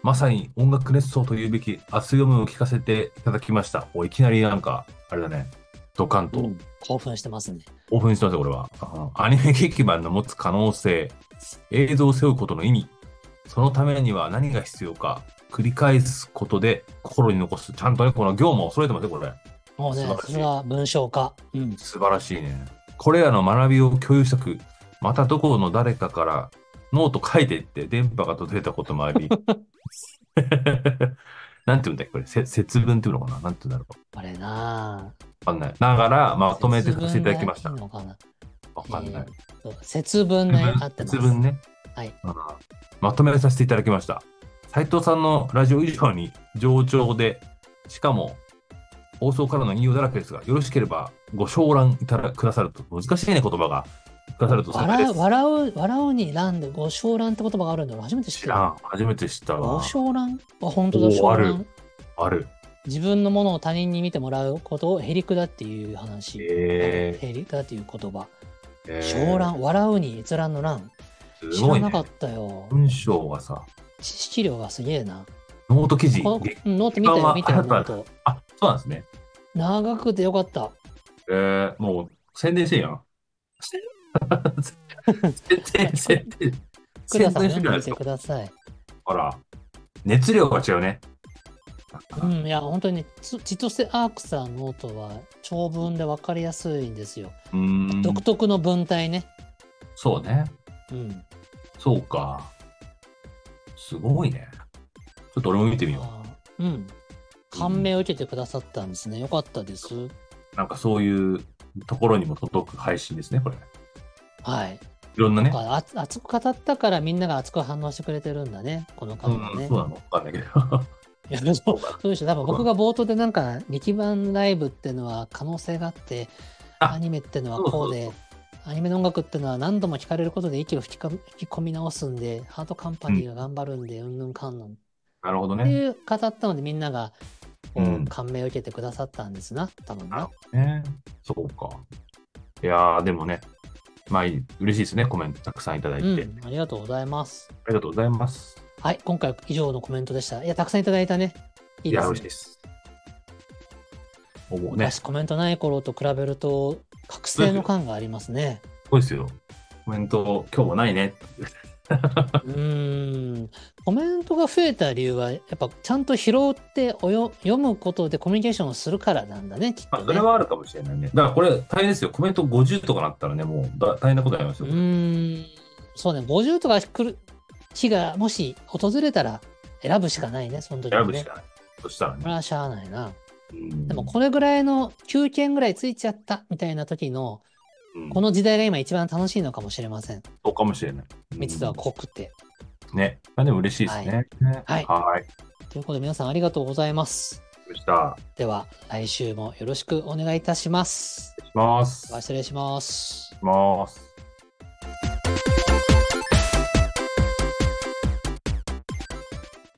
まさに音楽熱奏というべき熱い読むを聞かせていただきました。おいきなりなんか、あれだね、ドカンと
うん興奮してますね
興奮してますよ、これは。あアニメ劇版の持つ可能性、映像を背負うことの意味、そのためには何が必要か、繰り返すことで心に残す。ちゃんとね、この行も揃えてますね、これ。
もうね
素晴らしい
それは文章化うん
素晴らしいね。これらの学びを共有したく、またどこの誰かからノート書いていって電波が途絶えたこともあり、 なんて言うんだっけ、これ、せ節分っていうのかななんて言うんだろ
これなあ
うわかんない。ながら、まとめてさせていただきました。
節分がいいのかな
わかんない。
えーと節分ね、合ってます。
節分ね。
はい
うんまとめさせていただきました。斉藤さんのラジオ以上に上調で、しかも放送からの引用だらけですが、よろしければご賞覧いただくださると、難しいね、言葉が。くださると幸い
笑
です
う、笑う、笑うに乱で、ご笑乱って言葉があるんだよ。初めて知っ
知
た
ら
よ。
ん。初めて知った
ご
わ。
笑乱あ、本当だ、
おー
笑
あ
乱。
ある。
自分のものを他人に見てもらうことをへりくだっていう話。
え
へりくだっていう言葉。
ーえー
笑乱、笑うに閲覧の乱。
す
知
ご
ら
い
なか
ね
っ。たよ。
文章がさ、
知識量がすげえな。
ノート記事。
このノート見た
時間は
よ、見たよ、
あな
ノー
た
ト。
あ、そうなんですね。
長くてよかった。
えー、もう宣伝してんや ん。宣伝、宣伝。
くだ
宣
さん、
伝し
読
て
ん
る
で
や
み
つ
てください。
ほら、熱量が違うね。
うん、いや、本当にね、つ千歳アークさんのノートは長文で分かりやすいんですよ。
うーん、
独特の文体ね。
そうね。
うん。
そうか。すごいね。ちょっと俺も見てみよ
あーうん。感銘を受けてくださったんですね。よかったです。
う。なんかそういうところにも届く配信ですね、これ。い
はい。
ろんなね
なん。かあ熱く語ったからみんなが熱く反応してくれてるんだね。この
う
感
ん、
ね。
そうなのわかんないけど。
いやそうそうでしょ。多分僕が冒頭でなんか劇版ライブっていうのは可能性があって、
あ
アニメっていうのはこうで
そう、
アニメの音楽っていうのは何度も聞かれることで息を吹きか吹き込み直すんで、ハートカンパニーが頑張るんで、うんぬんかんぬんっ
なるほど
て
ね。
いう語ったのでみんながこ
うん
う感銘を受けてくださったんですな、多分
なる
な
ほ。どね。そうか。いやー、でもね、まあ、いい嬉しいですね、コメントたくさんいただいうて。あ
ん、ありがとうございます。
りがとうございます。
はい、今回は以上のコメントでした。いや、たくさんいただいたね。いい
い
で
や、
す
嬉しい
ね
で。す。思うね。
昔
す
コメントない頃と比べると、覚醒の感がありますね。
ごいですよ。コメント、今日もないね。
うーんコメントが増えた理由はやっぱちゃんと拾っておよ読むことでコミュニケーションをするからなんだねきっ
まあ、
と
そ
ね。
れはあるかもしれないね。だからこれ大変ですよ。コメント50とかなったらね、もうだ大変なことになります
う
よ。
ーんそうね50とか来る日がもし訪れたら選ぶしかないねその時は
選
ね。
ぶしかない。そしたら
これ
ね。
はしゃあないな。
うん
でもこれぐらいの9件ぐらいついちゃったみたいな時の
うん
この時代が今一番楽しいのかもしれません。
そうかもしれない。うん
密度は濃くて。
ね。まあでも嬉しいですね。
はい
はい。
ということで皆さんありがとうございます。
でした。
では来週もよろしくお願いいたします。
失礼します。
では失礼します。
します。